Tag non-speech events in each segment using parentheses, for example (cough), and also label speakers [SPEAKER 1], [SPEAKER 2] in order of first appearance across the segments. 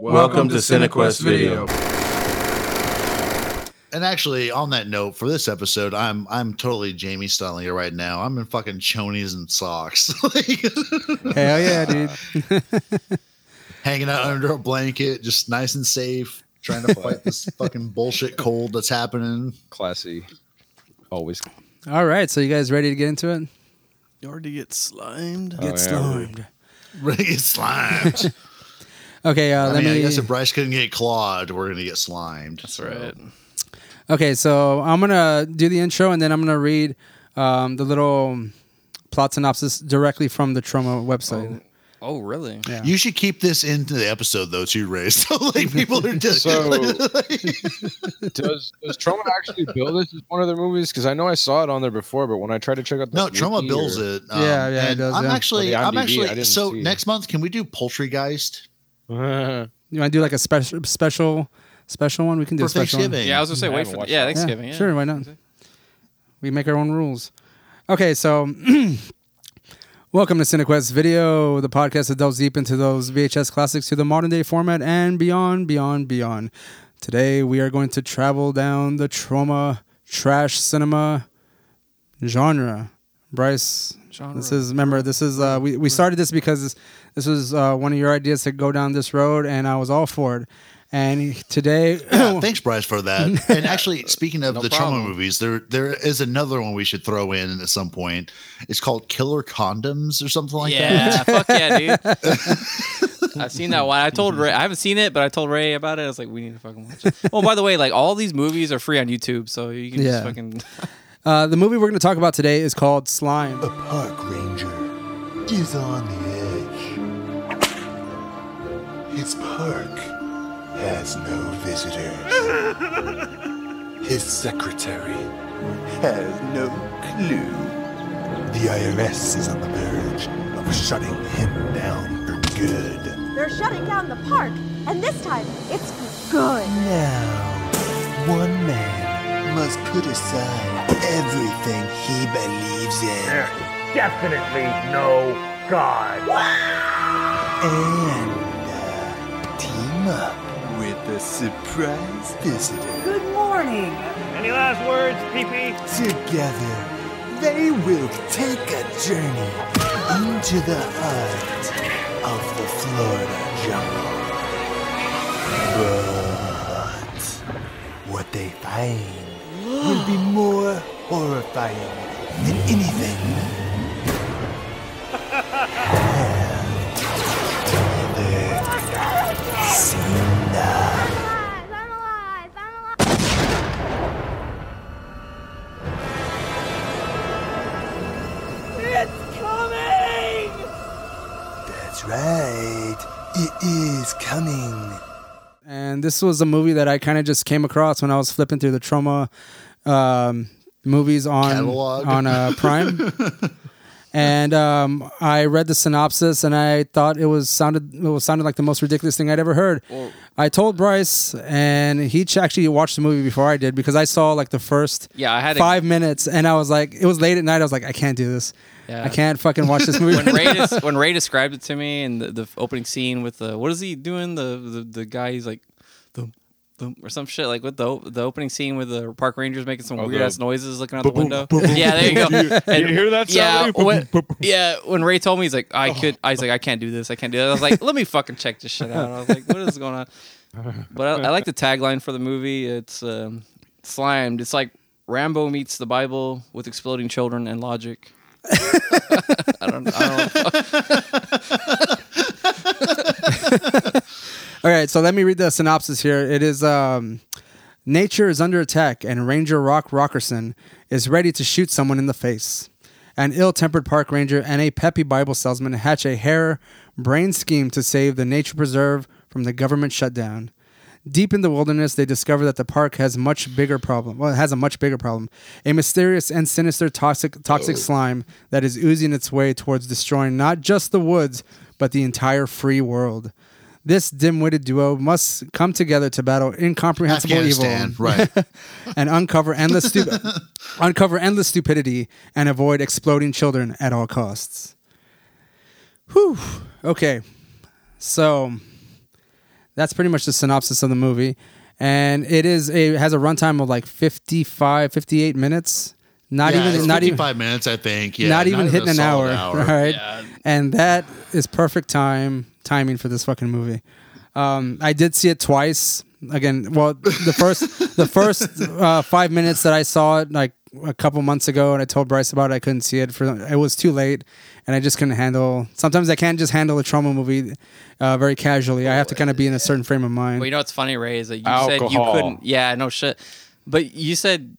[SPEAKER 1] Welcome to Cinequest Video.
[SPEAKER 2] And actually, on that note, for this episode, I'm I'm totally Jamie Stunlinger right now. I'm in fucking chonies and socks, (laughs) like,
[SPEAKER 3] Hell yeah, dude.
[SPEAKER 2] hanging out under a blanket, just nice and safe, trying to fight this
[SPEAKER 3] (laughs)
[SPEAKER 2] fucking bullshit cold that's happening. (laughs)
[SPEAKER 4] Classy. Always.
[SPEAKER 3] All right, so you guys ready to get into it?
[SPEAKER 5] You already get slimed.
[SPEAKER 3] Get
[SPEAKER 4] Oh, yeah,
[SPEAKER 3] slimed.
[SPEAKER 2] We're gonna get slimed.
[SPEAKER 3] Okay, uh,
[SPEAKER 2] I
[SPEAKER 3] (laughs) let
[SPEAKER 2] mean, I
[SPEAKER 3] me.
[SPEAKER 2] guess if Bryce couldn't get clawed, we're gonna get slimed.
[SPEAKER 5] That's right.
[SPEAKER 3] Okay, so I'm gonna do the intro and then I'm gonna read um, the little plot synopsis directly from the Troma website.
[SPEAKER 5] Oh, really?
[SPEAKER 3] Yeah.
[SPEAKER 2] You should keep this into the episode though, too, Ray. (laughs) So like people are
[SPEAKER 1] (laughs)
[SPEAKER 2] just (laughs)
[SPEAKER 4] So, does does Troma actually bill this as one of their movies? Because I know I saw it on there before, but when I tried to check out the
[SPEAKER 2] No, Troma
[SPEAKER 4] wiki
[SPEAKER 2] bills
[SPEAKER 4] or-
[SPEAKER 2] it. um,
[SPEAKER 3] Yeah, yeah, it
[SPEAKER 2] and
[SPEAKER 3] does,
[SPEAKER 2] I'm
[SPEAKER 3] yeah.
[SPEAKER 2] actually,
[SPEAKER 4] Well, the IMDb,
[SPEAKER 2] I'm
[SPEAKER 4] I
[SPEAKER 2] actually.
[SPEAKER 4] didn't
[SPEAKER 2] So
[SPEAKER 4] see.
[SPEAKER 2] next month, can we do Poultrygeist
[SPEAKER 4] (laughs)
[SPEAKER 3] You want to do like a special, special, special one? We can do
[SPEAKER 2] for
[SPEAKER 3] a special one.
[SPEAKER 2] Thanksgiving?
[SPEAKER 5] Yeah, I was gonna say
[SPEAKER 4] I
[SPEAKER 5] wait
[SPEAKER 4] haven't
[SPEAKER 5] for
[SPEAKER 4] watched
[SPEAKER 5] yeah
[SPEAKER 4] that.
[SPEAKER 5] Thanksgiving. Yeah,
[SPEAKER 3] Sure, why not? We make our own rules. Okay, so (clears throat) welcome to CineQuest Video, the podcast that delves deep into those VHS classics to the modern day format and beyond, beyond, beyond. Today we are going to travel down the trauma trash cinema genre. Bryce,
[SPEAKER 5] Genre.
[SPEAKER 3] this is remember this is uh, we we started this because this was uh, one of your ideas to go down this road, and I was all for it. And
[SPEAKER 5] (coughs)
[SPEAKER 3] today, (coughs) (clears throat)
[SPEAKER 2] Yeah, thanks, Bryce, for
[SPEAKER 3] (laughs)
[SPEAKER 2] that. And actually, speaking of
[SPEAKER 5] No
[SPEAKER 2] the
[SPEAKER 5] problem.
[SPEAKER 2] trauma movies, there there is another one we should throw in at some point. It's called Killer Condoms or something like that.
[SPEAKER 5] yeah, (laughs) fuck yeah, dude.
[SPEAKER 4] (laughs)
[SPEAKER 5] I've seen that one. I told Ray I haven't seen it, but I told Ray about it. I was like, we need to fucking watch it. Oh, by the way, like all these movies are free on YouTube, so you can
[SPEAKER 3] Yeah.
[SPEAKER 5] just fucking
[SPEAKER 3] Uh, the movie we're going to talk about today is called Slime.
[SPEAKER 6] The park ranger is on the edge. His park has no visitors. His secretary has no clue. The IRS is on the verge of shutting him down for good.
[SPEAKER 7] They're shutting down the park, and this time it's for good.
[SPEAKER 6] Now, one man must put aside everything he believes in.
[SPEAKER 8] definitely no God.
[SPEAKER 6] and uh, team up with a surprise visitor.
[SPEAKER 7] Good morning.
[SPEAKER 8] Any last words, PP?
[SPEAKER 6] Together, they will take a journey into the heart of the Florida jungle. But what they find will be more horrifying than anything have ever seen.
[SPEAKER 7] I'm alive. I'm alive.
[SPEAKER 6] That's right. It is coming.
[SPEAKER 3] And this was a movie that I kind of just came across when I was flipping through the trauma um, movies on
[SPEAKER 2] Catalog.
[SPEAKER 3] on uh, Prime.
[SPEAKER 5] (laughs)
[SPEAKER 3] and um, I read the synopsis and I thought it was sounded it was sounded like the most ridiculous thing I'd ever heard. I told Bryce and he ch- actually watched the movie before I did because I saw like the first
[SPEAKER 5] Yeah, I had a-
[SPEAKER 3] five minutes and I was like it was late at night I was like I can't do this.
[SPEAKER 5] Yeah.
[SPEAKER 3] I can't fucking watch
[SPEAKER 5] (laughs)
[SPEAKER 3] this movie. (laughs)
[SPEAKER 5] when Ray des- when Ray described it to me and the, the opening scene with the what is he doing the the, the guy he's like the or some shit like with the o- the opening scene with the park rangers making some
[SPEAKER 4] Oh,
[SPEAKER 5] weird ass noises looking out the window. yeah, there you go. And-
[SPEAKER 8] you hear that
[SPEAKER 5] Yeah,
[SPEAKER 8] sound?
[SPEAKER 5] when, yeah. When Ray told me, he's like, I could. I was like, I can't do this. I can't do that. I was like, let me fucking check this shit out. I was like, what is going on? But I, I like the tagline for the movie. It's um, slimed. It's like Rambo meets the Bible with exploding children and logic. I don't. I don't
[SPEAKER 3] All right, so let me read the synopsis here. It is um, Nature is under attack, and Ranger Rock Rockerson is ready to shoot someone in the face. An ill tempered park ranger and a peppy Bible salesman hatch a hair brain scheme to save the nature preserve from the government shutdown. Deep in the wilderness, they discover that the park has much bigger problem. Well, it has a much bigger problem: a mysterious and sinister toxic toxic slime that is oozing its way towards destroying not just the woods but the entire free world. This dim-witted duo must come together to battle incomprehensible evil
[SPEAKER 2] Afghanistan, right?
[SPEAKER 3] and uncover endless stu- uncover endless stupidity and avoid exploding children at all costs. Whew. Okay. So That's pretty much the synopsis of the movie. And it is it has a runtime of like 55, 58 minutes. (laughs) Not
[SPEAKER 2] Yeah,
[SPEAKER 3] even
[SPEAKER 2] it's
[SPEAKER 3] not even
[SPEAKER 2] 55 minutes, I think. Yeah,
[SPEAKER 3] not even hitting
[SPEAKER 2] a
[SPEAKER 3] an hour,
[SPEAKER 2] solid
[SPEAKER 3] All (laughs) right. And that is perfect time timing for this fucking movie. Um, I did see it twice. Again, well, the first the first uh, five minutes that I saw it like a couple months ago, and I told Bryce about it. I couldn't see it for it was too late, and I just couldn't handle. Sometimes I can't just handle a trauma movie uh, very casually. I have to kind of be in a certain frame of mind.
[SPEAKER 5] Well, you know what's funny, Ray, is that you said you
[SPEAKER 4] Alcohol.
[SPEAKER 5] couldn't. Yeah, no shit. But you said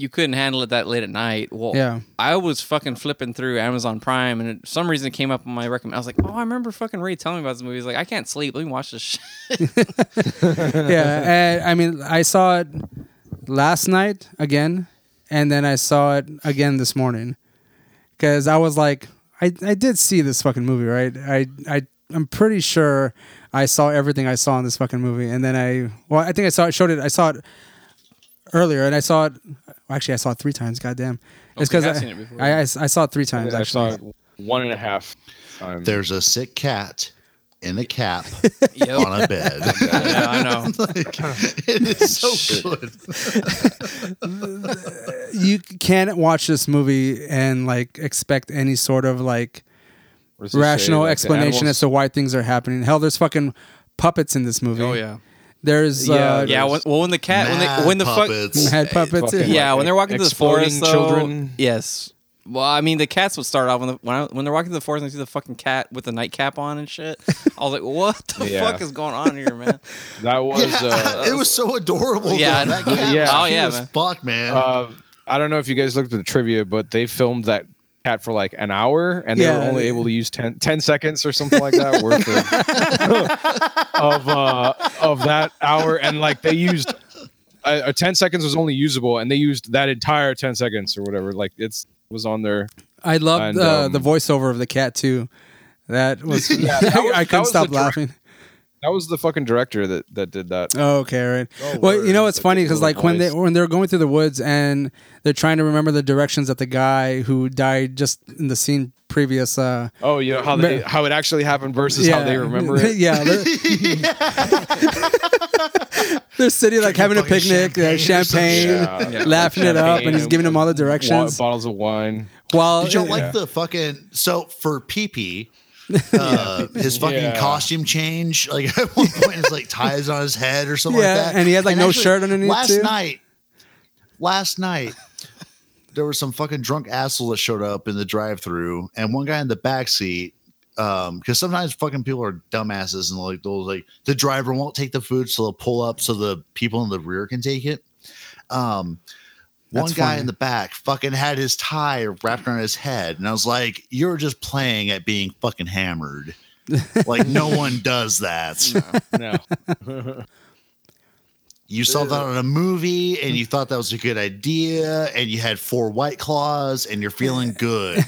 [SPEAKER 5] you couldn't handle it that late at night. Well,
[SPEAKER 3] Yeah.
[SPEAKER 5] I was fucking flipping through Amazon Prime, and it, for some reason it came up on my recommend. I was like, oh, I remember fucking Ray telling me about this movie. He's like, I can't sleep. Let me watch this shit.
[SPEAKER 3] yeah, uh, I mean, I saw it last night again, and then I saw it again this morning because I was like, I, I did see this fucking movie, right? I I I'm pretty sure I saw everything I saw in this fucking movie, and then I well, I think I saw it, showed it, I saw it earlier, and I saw it. Actually, I saw it three times. Goddamn, it's
[SPEAKER 5] Okay,
[SPEAKER 3] because
[SPEAKER 5] I've
[SPEAKER 3] I,
[SPEAKER 5] seen it before.
[SPEAKER 3] I, I I saw it three times.
[SPEAKER 4] I
[SPEAKER 3] actually,
[SPEAKER 4] saw it one and a half times.
[SPEAKER 2] There's a sick cat in a
[SPEAKER 3] (laughs)
[SPEAKER 2] cap
[SPEAKER 5] (laughs) Yep.
[SPEAKER 2] on a bed.
[SPEAKER 5] yeah, I know.
[SPEAKER 2] (laughs) like, it is so good.
[SPEAKER 3] you can't watch this movie and like expect any sort of like
[SPEAKER 4] What does it say?
[SPEAKER 3] rational
[SPEAKER 4] Like, the
[SPEAKER 3] explanation
[SPEAKER 4] animals-
[SPEAKER 3] as to why things are happening. Hell, there's fucking puppets in this movie.
[SPEAKER 5] Oh yeah.
[SPEAKER 3] There's
[SPEAKER 4] Yeah,
[SPEAKER 3] uh,
[SPEAKER 5] Yeah. When, well, when the cat, when
[SPEAKER 2] Mad
[SPEAKER 5] they, when the fuck,
[SPEAKER 2] puppets.
[SPEAKER 3] (laughs) head puppets.
[SPEAKER 4] Fucking
[SPEAKER 5] yeah,
[SPEAKER 4] like
[SPEAKER 5] when they're walking through the
[SPEAKER 4] exploding
[SPEAKER 5] forest, though,
[SPEAKER 4] children.
[SPEAKER 5] Yes. Well, I mean, the cats would start off when the, when, I, when they're walking through the forest and they see the fucking cat with the nightcap on and shit. I was like, what the
[SPEAKER 4] Yeah.
[SPEAKER 5] fuck is going on here, man?
[SPEAKER 4] That was.
[SPEAKER 2] (laughs)
[SPEAKER 4] Uh,
[SPEAKER 2] (laughs) it was so adorable.
[SPEAKER 5] (laughs) Yeah,
[SPEAKER 2] Yeah,
[SPEAKER 5] I
[SPEAKER 2] that
[SPEAKER 5] know.
[SPEAKER 2] cat
[SPEAKER 4] Yeah.
[SPEAKER 2] was
[SPEAKER 5] Oh,
[SPEAKER 2] cute
[SPEAKER 5] yeah,
[SPEAKER 2] as
[SPEAKER 5] man.
[SPEAKER 2] fuck, man.
[SPEAKER 4] Uh, I don't know if you guys looked at the trivia, but they filmed that cat for like an hour and they were
[SPEAKER 3] Yeah.
[SPEAKER 4] only able to use 10, 10 seconds or something like that worth of,
[SPEAKER 3] (laughs)
[SPEAKER 4] of, uh, of that hour. And like they used uh, uh, 10 seconds was only usable and they used that entire 10 seconds or whatever. Like it's was on their
[SPEAKER 3] I loved
[SPEAKER 4] And,
[SPEAKER 3] uh,
[SPEAKER 4] um,
[SPEAKER 3] the voiceover of the cat too.
[SPEAKER 4] (laughs)
[SPEAKER 3] That was,
[SPEAKER 4] that was-
[SPEAKER 3] (laughs)
[SPEAKER 4] that
[SPEAKER 3] I couldn't
[SPEAKER 4] was
[SPEAKER 3] stop
[SPEAKER 4] the direct-
[SPEAKER 3] laughing.
[SPEAKER 4] that was the fucking director that that did that
[SPEAKER 3] Oh, okay, right. well, you know what's
[SPEAKER 4] Like,
[SPEAKER 3] funny
[SPEAKER 4] the
[SPEAKER 3] because
[SPEAKER 4] little
[SPEAKER 3] like when they
[SPEAKER 4] voice.
[SPEAKER 3] when they're going through the woods and they're trying to remember the directions that the guy who died just in the scene previous. Uh,
[SPEAKER 4] oh you know how they how it actually happened versus how they remember
[SPEAKER 3] (laughs)
[SPEAKER 4] it (laughs)
[SPEAKER 2] (laughs)
[SPEAKER 3] yeah. They're, they're sitting like having a
[SPEAKER 2] fucking
[SPEAKER 3] picnic, champagne,
[SPEAKER 2] champagne or some
[SPEAKER 3] champagne
[SPEAKER 4] shit. Yeah.
[SPEAKER 3] laughing it up, and he's
[SPEAKER 4] Champagne
[SPEAKER 3] giving them all the
[SPEAKER 4] Wa-
[SPEAKER 3] directions.
[SPEAKER 4] bottles of wine
[SPEAKER 3] While
[SPEAKER 2] Did you
[SPEAKER 3] uh,
[SPEAKER 2] like the fucking so for PP? Uh, his fucking
[SPEAKER 4] Yeah.
[SPEAKER 2] costume change, like (laughs) at one point, his like ties on his head or something
[SPEAKER 3] Yeah,
[SPEAKER 2] like that,
[SPEAKER 3] and he had, like, no shirt underneath,
[SPEAKER 2] Last
[SPEAKER 3] too.
[SPEAKER 2] night, last night, (laughs) there was some fucking drunk asshole that showed up in the drive-through, and one guy in the back seat. Um, because sometimes fucking people are dumbasses and like they'll like the driver won't take the food, so they'll pull up so the people in the rear can take it. Um, one
[SPEAKER 3] That's
[SPEAKER 2] guy
[SPEAKER 3] funny.
[SPEAKER 2] in the back fucking had his tie wrapped around his head, and I was like, "You're just playing at being fucking
[SPEAKER 3] (laughs)
[SPEAKER 2] hammered. like no one does that.
[SPEAKER 4] no
[SPEAKER 2] You saw that on a movie, and you thought that was a good idea, and you had four white claws, and you're (laughs) feeling good.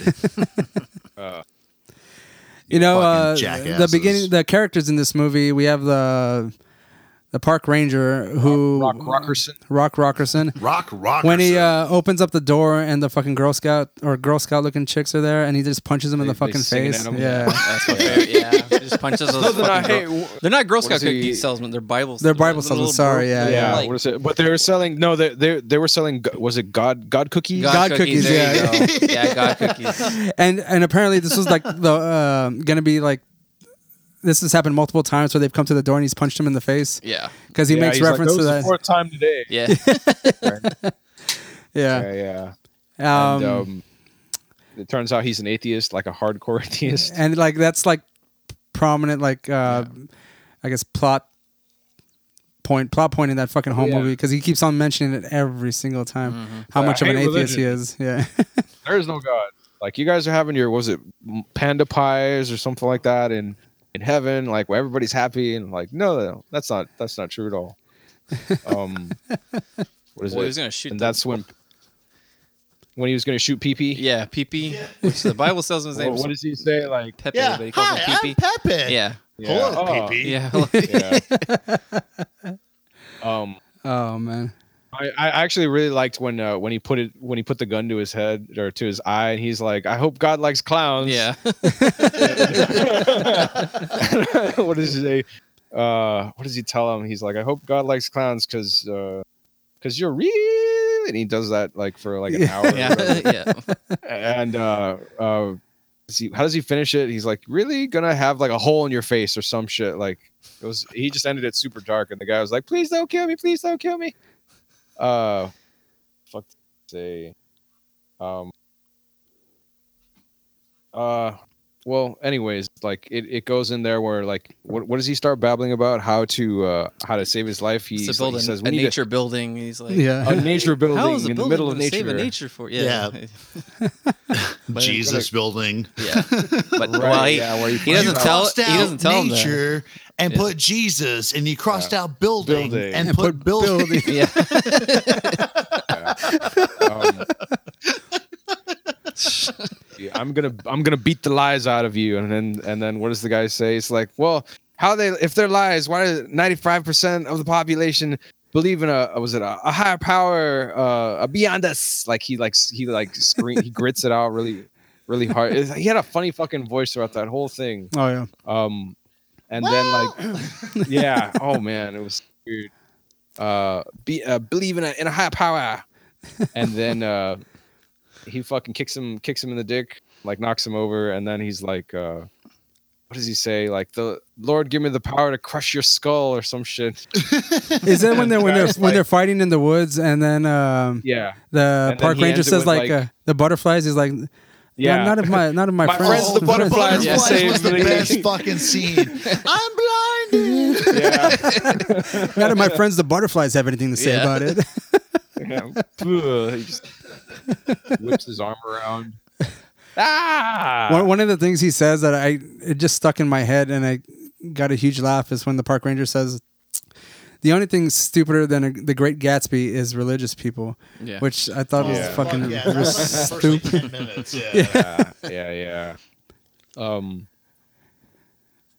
[SPEAKER 3] you know
[SPEAKER 2] fucking
[SPEAKER 3] uh, the
[SPEAKER 2] jackasses.
[SPEAKER 3] beginning, the characters in this movie. We have the the park ranger who
[SPEAKER 4] rock rockerson
[SPEAKER 3] Rock Rockerson.
[SPEAKER 2] rock, rock.
[SPEAKER 3] When he uh, opens up the door and the fucking Girl Scout or Girl Scout looking chicks are there, and he just punches them in the
[SPEAKER 4] They- they
[SPEAKER 3] fucking
[SPEAKER 4] singing
[SPEAKER 3] face.
[SPEAKER 4] at 'em.
[SPEAKER 3] Yeah,
[SPEAKER 5] That's my favorite. Yeah, just punches those.
[SPEAKER 4] Nothing I
[SPEAKER 5] fucking
[SPEAKER 4] hate.
[SPEAKER 5] Girl- they're not Girl
[SPEAKER 4] What
[SPEAKER 5] Scout
[SPEAKER 4] is he-
[SPEAKER 5] cookies salesmen. They're Bible.
[SPEAKER 3] They're
[SPEAKER 5] salesmen.
[SPEAKER 3] Bible
[SPEAKER 5] The
[SPEAKER 3] salesmen,
[SPEAKER 5] little
[SPEAKER 3] sorry,
[SPEAKER 5] bro-
[SPEAKER 3] yeah,
[SPEAKER 4] yeah,
[SPEAKER 5] like-
[SPEAKER 4] what is it? But they were selling. No, they they they were selling. go- Was it God God cookies?
[SPEAKER 5] God,
[SPEAKER 3] God cookies,
[SPEAKER 5] cookies. there you go. yeah, God cookies.
[SPEAKER 3] and and apparently this was like the (laughs) uh, gonna be like this has happened multiple times where they've come to the door and he's punched him in the face
[SPEAKER 5] Yeah,
[SPEAKER 3] because he
[SPEAKER 4] Yeah,
[SPEAKER 3] makes
[SPEAKER 4] he's like,
[SPEAKER 3] reference
[SPEAKER 4] "That was the
[SPEAKER 3] to that.
[SPEAKER 4] Fourth time today.
[SPEAKER 5] yeah.
[SPEAKER 3] Yeah.
[SPEAKER 4] Yeah, yeah.
[SPEAKER 3] Um,
[SPEAKER 4] and, um, it turns out he's an atheist, like a hardcore (laughs) atheist.
[SPEAKER 3] and like that's like prominent like uh i guess plot point plot point in that fucking home
[SPEAKER 4] yeah. Mm-hmm.
[SPEAKER 3] movie because he keeps on mentioning it every single time how
[SPEAKER 4] I
[SPEAKER 3] much of an
[SPEAKER 4] hate
[SPEAKER 3] atheist he is yeah (laughs)
[SPEAKER 4] There is no God. Like you guys are having your was it m- panda pies or something like that in in heaven, like where everybody's happy and like no, no that's not that's not true at all.
[SPEAKER 5] (laughs)
[SPEAKER 4] Um, what is
[SPEAKER 5] Well,
[SPEAKER 4] it?
[SPEAKER 5] he was gonna shoot
[SPEAKER 4] And
[SPEAKER 5] the-
[SPEAKER 4] that's when when he was going to shoot PP.
[SPEAKER 5] Yeah, PP. Which the Bible salesman's name
[SPEAKER 4] What,
[SPEAKER 5] is
[SPEAKER 4] what does he say? Like
[SPEAKER 5] Pepe,
[SPEAKER 2] yeah,
[SPEAKER 5] but he calls
[SPEAKER 2] hi,
[SPEAKER 5] him
[SPEAKER 2] I'm
[SPEAKER 5] PP.
[SPEAKER 2] Pepe.
[SPEAKER 5] Yeah,
[SPEAKER 2] hello,
[SPEAKER 4] Oh,
[SPEAKER 2] PP.
[SPEAKER 5] yeah.
[SPEAKER 4] yeah. (laughs)
[SPEAKER 5] (laughs)
[SPEAKER 4] um,
[SPEAKER 3] oh man
[SPEAKER 4] I, I actually really liked when uh, when he put it when he put the gun to his head or to his eye, and he's like, "I hope God likes clowns."
[SPEAKER 5] Yeah,
[SPEAKER 4] (laughs) what does he say? uh, what does he tell him? He's like, I hope God likes clowns because because you're real. And he does that like for like an hour. or whatever.
[SPEAKER 5] yeah, yeah.
[SPEAKER 4] and uh, uh, does he, how does he finish it? He's like, really gonna have like a hole in your face or some shit. Like it was, he just ended it super dark, and the guy was like, please don't kill me, please don't kill me. Uh, fuck, say, um, uh, well, anyways, like it, it goes in there where like what, what does he start babbling about how to uh how to save his life? He's,
[SPEAKER 5] It's a
[SPEAKER 4] like,
[SPEAKER 5] building,
[SPEAKER 4] he says
[SPEAKER 5] a
[SPEAKER 4] we need
[SPEAKER 5] nature building. He's like,
[SPEAKER 4] (laughs)
[SPEAKER 3] Yeah. (laughs)
[SPEAKER 4] a, a nature building
[SPEAKER 5] (laughs) How is a
[SPEAKER 4] in the
[SPEAKER 5] building
[SPEAKER 4] middle of
[SPEAKER 5] gonna
[SPEAKER 4] nature.
[SPEAKER 5] save a nature for? Yeah, But-
[SPEAKER 2] Jesus building.
[SPEAKER 5] (laughs) yeah.
[SPEAKER 4] Right,
[SPEAKER 5] But well, he,
[SPEAKER 4] yeah, where you
[SPEAKER 5] he doesn't
[SPEAKER 4] cross
[SPEAKER 5] tell.
[SPEAKER 2] Crossed
[SPEAKER 5] He
[SPEAKER 2] out
[SPEAKER 5] doesn't tell him that.
[SPEAKER 2] nature and
[SPEAKER 5] Yeah.
[SPEAKER 2] put Jesus, and you crossed out building,
[SPEAKER 4] Building.
[SPEAKER 2] and, put, building. (laughs)
[SPEAKER 5] Yeah.
[SPEAKER 4] Um, yeah, I'm gonna I'm gonna beat the lies out of you, and then and then what does the guy say? It's like, well, how they if they're lies, why does 95 percent of the population believe in a was it a, a higher power, uh, a beyond us? Like he like s- he like scream he grits it out really really hard. It's- he had a funny fucking voice throughout that whole thing.
[SPEAKER 3] (laughs) Oh yeah.
[SPEAKER 4] Um, and then
[SPEAKER 3] (laughs)
[SPEAKER 4] like, yeah, oh man, it was weird. Uh, be uh, believe in a, in a high power, and then uh, he fucking kicks him, kicks him in the dick, like knocks him over, and then he's like, uh, what does he say? Like the Lord, give me the power to crush your skull or some shit. (laughs)
[SPEAKER 3] Is that when they're when they're
[SPEAKER 4] Guys,
[SPEAKER 3] when
[SPEAKER 4] like-
[SPEAKER 3] they're fighting in the woods and then um
[SPEAKER 4] Yeah,
[SPEAKER 3] the
[SPEAKER 4] then
[SPEAKER 3] park
[SPEAKER 4] he
[SPEAKER 3] ranger
[SPEAKER 4] ends it
[SPEAKER 3] says
[SPEAKER 4] with,
[SPEAKER 3] like,
[SPEAKER 4] like-
[SPEAKER 3] uh, the butterflies is like yeah
[SPEAKER 4] yeah.
[SPEAKER 3] none of my none of my,
[SPEAKER 4] My friends,
[SPEAKER 3] (laughs)
[SPEAKER 4] the butterflies,
[SPEAKER 5] Yeah,
[SPEAKER 2] Butterflies
[SPEAKER 5] save
[SPEAKER 2] was the
[SPEAKER 4] me.
[SPEAKER 2] best fucking scene. (laughs) I'm blinded.
[SPEAKER 4] yeah.
[SPEAKER 3] (laughs) none of my friends the butterflies have anything to say
[SPEAKER 5] Yeah.
[SPEAKER 3] about it.
[SPEAKER 4] (laughs)
[SPEAKER 3] (laughs)
[SPEAKER 4] Yeah. Ugh, (laughs) he just whips his arm around. Ah!
[SPEAKER 3] (laughs) one, one of the things he says that I it just stuck in my head and I got a huge laugh is when the park ranger says the only thing stupider than a, the Great Gatsby is religious people,
[SPEAKER 5] Yeah.
[SPEAKER 3] which I thought was
[SPEAKER 4] Yeah.
[SPEAKER 3] fucking
[SPEAKER 2] Yeah, that was like the first, like,
[SPEAKER 3] stupid.
[SPEAKER 2] 10 minutes, yeah.
[SPEAKER 4] (laughs) yeah, yeah, yeah. Um,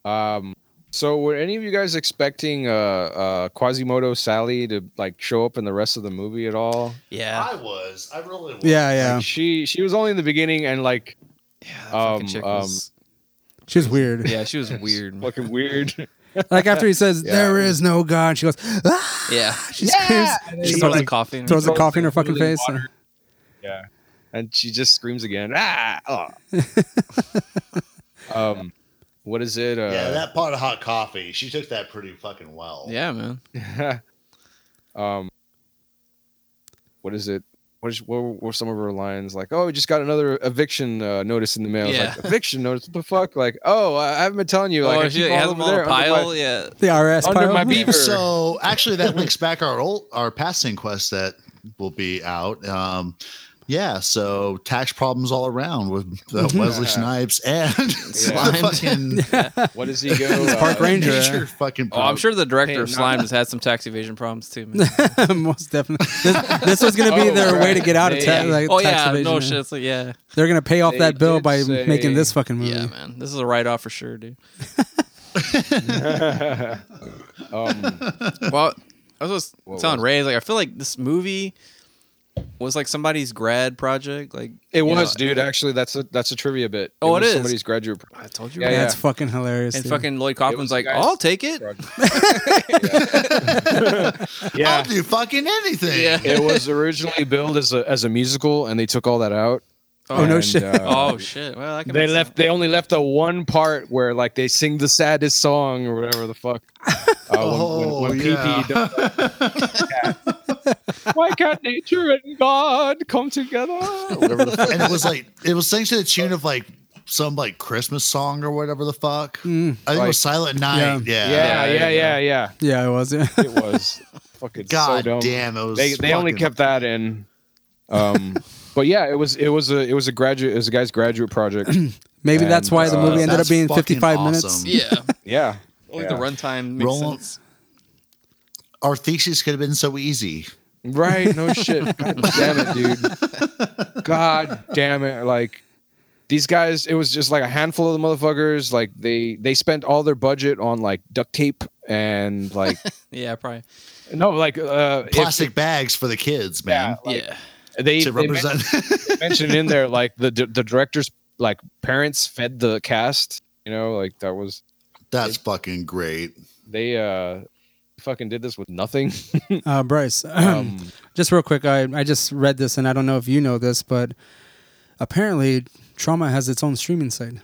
[SPEAKER 4] um. So, were any of you guys expecting uh, uh, Quasimodo Sally to like show up in the rest of the movie at all?
[SPEAKER 5] Yeah.
[SPEAKER 2] I was. I really was.
[SPEAKER 3] Yeah, yeah,
[SPEAKER 4] Like, she she was only in the beginning and like
[SPEAKER 5] Yeah, that
[SPEAKER 4] Um,
[SPEAKER 5] fucking chick
[SPEAKER 4] um,
[SPEAKER 5] was-
[SPEAKER 3] um, she was weird.
[SPEAKER 5] yeah, (laughs) she was weird.
[SPEAKER 4] (laughs)
[SPEAKER 5] man.
[SPEAKER 4] fucking weird.
[SPEAKER 3] (laughs) Like after he says
[SPEAKER 4] Yeah.
[SPEAKER 3] there is no God, she goes ah,
[SPEAKER 5] Yeah.
[SPEAKER 3] (laughs) she screams,
[SPEAKER 5] She
[SPEAKER 3] she throws,
[SPEAKER 5] throws the
[SPEAKER 3] a,
[SPEAKER 5] coffee. in her
[SPEAKER 3] throws a
[SPEAKER 5] throat.
[SPEAKER 3] coffee in her fucking
[SPEAKER 4] Totally
[SPEAKER 3] face.
[SPEAKER 4] water. yeah, and she just screams again. Ah! Oh.
[SPEAKER 3] (laughs)
[SPEAKER 4] um, what is it? Uh,
[SPEAKER 2] Yeah, that pot of hot coffee. She took that pretty fucking well.
[SPEAKER 5] Yeah, man.
[SPEAKER 4] (laughs) um, what is it? What, is, what were some of her lines like? Oh, we just got another eviction uh, notice in the mail. It's
[SPEAKER 5] Yeah.
[SPEAKER 4] Like, eviction notice? What the fuck? Like, oh, I I haven't been telling you. Like, I
[SPEAKER 5] oh, she
[SPEAKER 4] keep all
[SPEAKER 5] has
[SPEAKER 4] over
[SPEAKER 5] them on
[SPEAKER 4] there
[SPEAKER 5] a
[SPEAKER 4] under
[SPEAKER 5] pile.
[SPEAKER 4] my-
[SPEAKER 5] yeah.
[SPEAKER 3] The RS
[SPEAKER 4] Under
[SPEAKER 3] pile.
[SPEAKER 4] my beaver.
[SPEAKER 2] So actually, that links back our old our passing quest that will be out. Um, yeah, so tax problems all around with
[SPEAKER 4] (laughs)
[SPEAKER 2] uh, Wesley Snipes and the (laughs)
[SPEAKER 5] Slimed.
[SPEAKER 2] fucking
[SPEAKER 4] (laughs) What does he go?
[SPEAKER 3] Park
[SPEAKER 4] uh,
[SPEAKER 3] Ranger.
[SPEAKER 2] nature fucking.
[SPEAKER 5] Oh, I'm sure the director
[SPEAKER 4] Hey,
[SPEAKER 5] of
[SPEAKER 4] not-
[SPEAKER 5] Slime has had some tax evasion problems too, man.
[SPEAKER 3] (laughs) Most definitely. This, this was gonna be
[SPEAKER 4] Oh,
[SPEAKER 3] their way to
[SPEAKER 4] right.
[SPEAKER 3] get out of
[SPEAKER 4] Yeah,
[SPEAKER 3] ta-
[SPEAKER 5] Yeah.
[SPEAKER 3] like,
[SPEAKER 5] oh
[SPEAKER 3] tax
[SPEAKER 5] yeah,
[SPEAKER 3] evasion.
[SPEAKER 5] no shit. It's like, yeah,
[SPEAKER 3] They're gonna pay off
[SPEAKER 4] They
[SPEAKER 3] that bill
[SPEAKER 4] did
[SPEAKER 3] by
[SPEAKER 4] say-
[SPEAKER 3] making this fucking movie.
[SPEAKER 5] yeah, man. This is a write off for sure, dude.
[SPEAKER 4] (laughs) um,
[SPEAKER 5] Well, I was just
[SPEAKER 4] What
[SPEAKER 5] telling
[SPEAKER 4] was
[SPEAKER 5] Ray, like, I feel like this movie was like somebody's grad project. Like,
[SPEAKER 4] it
[SPEAKER 5] you
[SPEAKER 4] was,
[SPEAKER 5] know,
[SPEAKER 4] dude. Actually, that's a that's a trivia bit.
[SPEAKER 5] Oh, it
[SPEAKER 4] was
[SPEAKER 5] is.
[SPEAKER 4] somebody's graduate. pro-
[SPEAKER 5] (laughs) I told you,
[SPEAKER 4] Yeah,
[SPEAKER 5] right?
[SPEAKER 3] That's fucking hilarious.
[SPEAKER 5] And
[SPEAKER 3] dude.
[SPEAKER 5] fucking
[SPEAKER 4] was
[SPEAKER 5] Lloyd Kaufman's
[SPEAKER 4] the
[SPEAKER 5] like,
[SPEAKER 4] guy's
[SPEAKER 5] I'll take it.
[SPEAKER 2] I'll
[SPEAKER 4] yeah,
[SPEAKER 2] do fucking anything.
[SPEAKER 5] Yeah.
[SPEAKER 4] it was originally billed as a as a musical, and they took all that out.
[SPEAKER 3] Oh, no shit.
[SPEAKER 4] uh,
[SPEAKER 5] (laughs) Oh shit. Well, that can
[SPEAKER 4] They
[SPEAKER 5] make
[SPEAKER 4] left. They only left the one part where like they sing the saddest song or whatever the
[SPEAKER 5] (laughs)
[SPEAKER 4] fuck. Uh, when, when, when
[SPEAKER 2] Oh,
[SPEAKER 4] PP does that.
[SPEAKER 2] (laughs)
[SPEAKER 4] Yeah. Why can't nature and God come together? Or Whatever the fuck.
[SPEAKER 2] (laughs) and it was like it was things to the tune of like some like Christmas song or whatever the fuck.
[SPEAKER 3] Mm.
[SPEAKER 2] I think it
[SPEAKER 4] Like-
[SPEAKER 2] was Silent Night. Yeah.
[SPEAKER 4] Yeah,
[SPEAKER 5] Yeah,
[SPEAKER 4] yeah,
[SPEAKER 5] yeah.
[SPEAKER 4] yeah, yeah.
[SPEAKER 3] yeah, it was. (laughs) Yeah.
[SPEAKER 4] It was fucking so
[SPEAKER 2] God
[SPEAKER 4] dumb.
[SPEAKER 2] damn, it was.
[SPEAKER 4] They they only
[SPEAKER 2] fucking-
[SPEAKER 4] kept that in.
[SPEAKER 2] (laughs)
[SPEAKER 4] Um, but yeah, it was it was a it was a graduate it was a guy's graduate
[SPEAKER 2] (clears throat)
[SPEAKER 4] project.
[SPEAKER 3] Maybe that's
[SPEAKER 4] And,
[SPEAKER 3] why the
[SPEAKER 4] uh,
[SPEAKER 3] movie ended up
[SPEAKER 2] That's
[SPEAKER 3] being
[SPEAKER 2] fucking
[SPEAKER 3] 55 minutes.
[SPEAKER 2] awesome.
[SPEAKER 5] (laughs) Yeah.
[SPEAKER 4] Yeah.
[SPEAKER 5] Only
[SPEAKER 4] Yeah.
[SPEAKER 5] the runtime makes
[SPEAKER 2] Roll-
[SPEAKER 5] sense.
[SPEAKER 2] Our thesis could have been so easy.
[SPEAKER 4] Right, no (laughs) shit. God damn it, dude. God damn it. Like these guys, it was just like a handful of the motherfuckers. Like they they spent all their budget on like duct tape and like
[SPEAKER 5] Yeah, probably.
[SPEAKER 4] (laughs) no, like uh if-
[SPEAKER 2] Plastic bags for the kids, man.
[SPEAKER 4] Yeah, like,
[SPEAKER 5] yeah.
[SPEAKER 4] they,
[SPEAKER 2] to
[SPEAKER 4] they
[SPEAKER 2] represent. (laughs)
[SPEAKER 4] men- mentioned in there like the d- the director's like parents fed the cast. You know, like that was
[SPEAKER 2] That's fucking great.
[SPEAKER 4] they uh fucking did this with nothing.
[SPEAKER 3] Uh, Bryce, (clears throat) just real quick, I, I just read this and I don't know if you know this, but apparently Trauma has its own streaming site.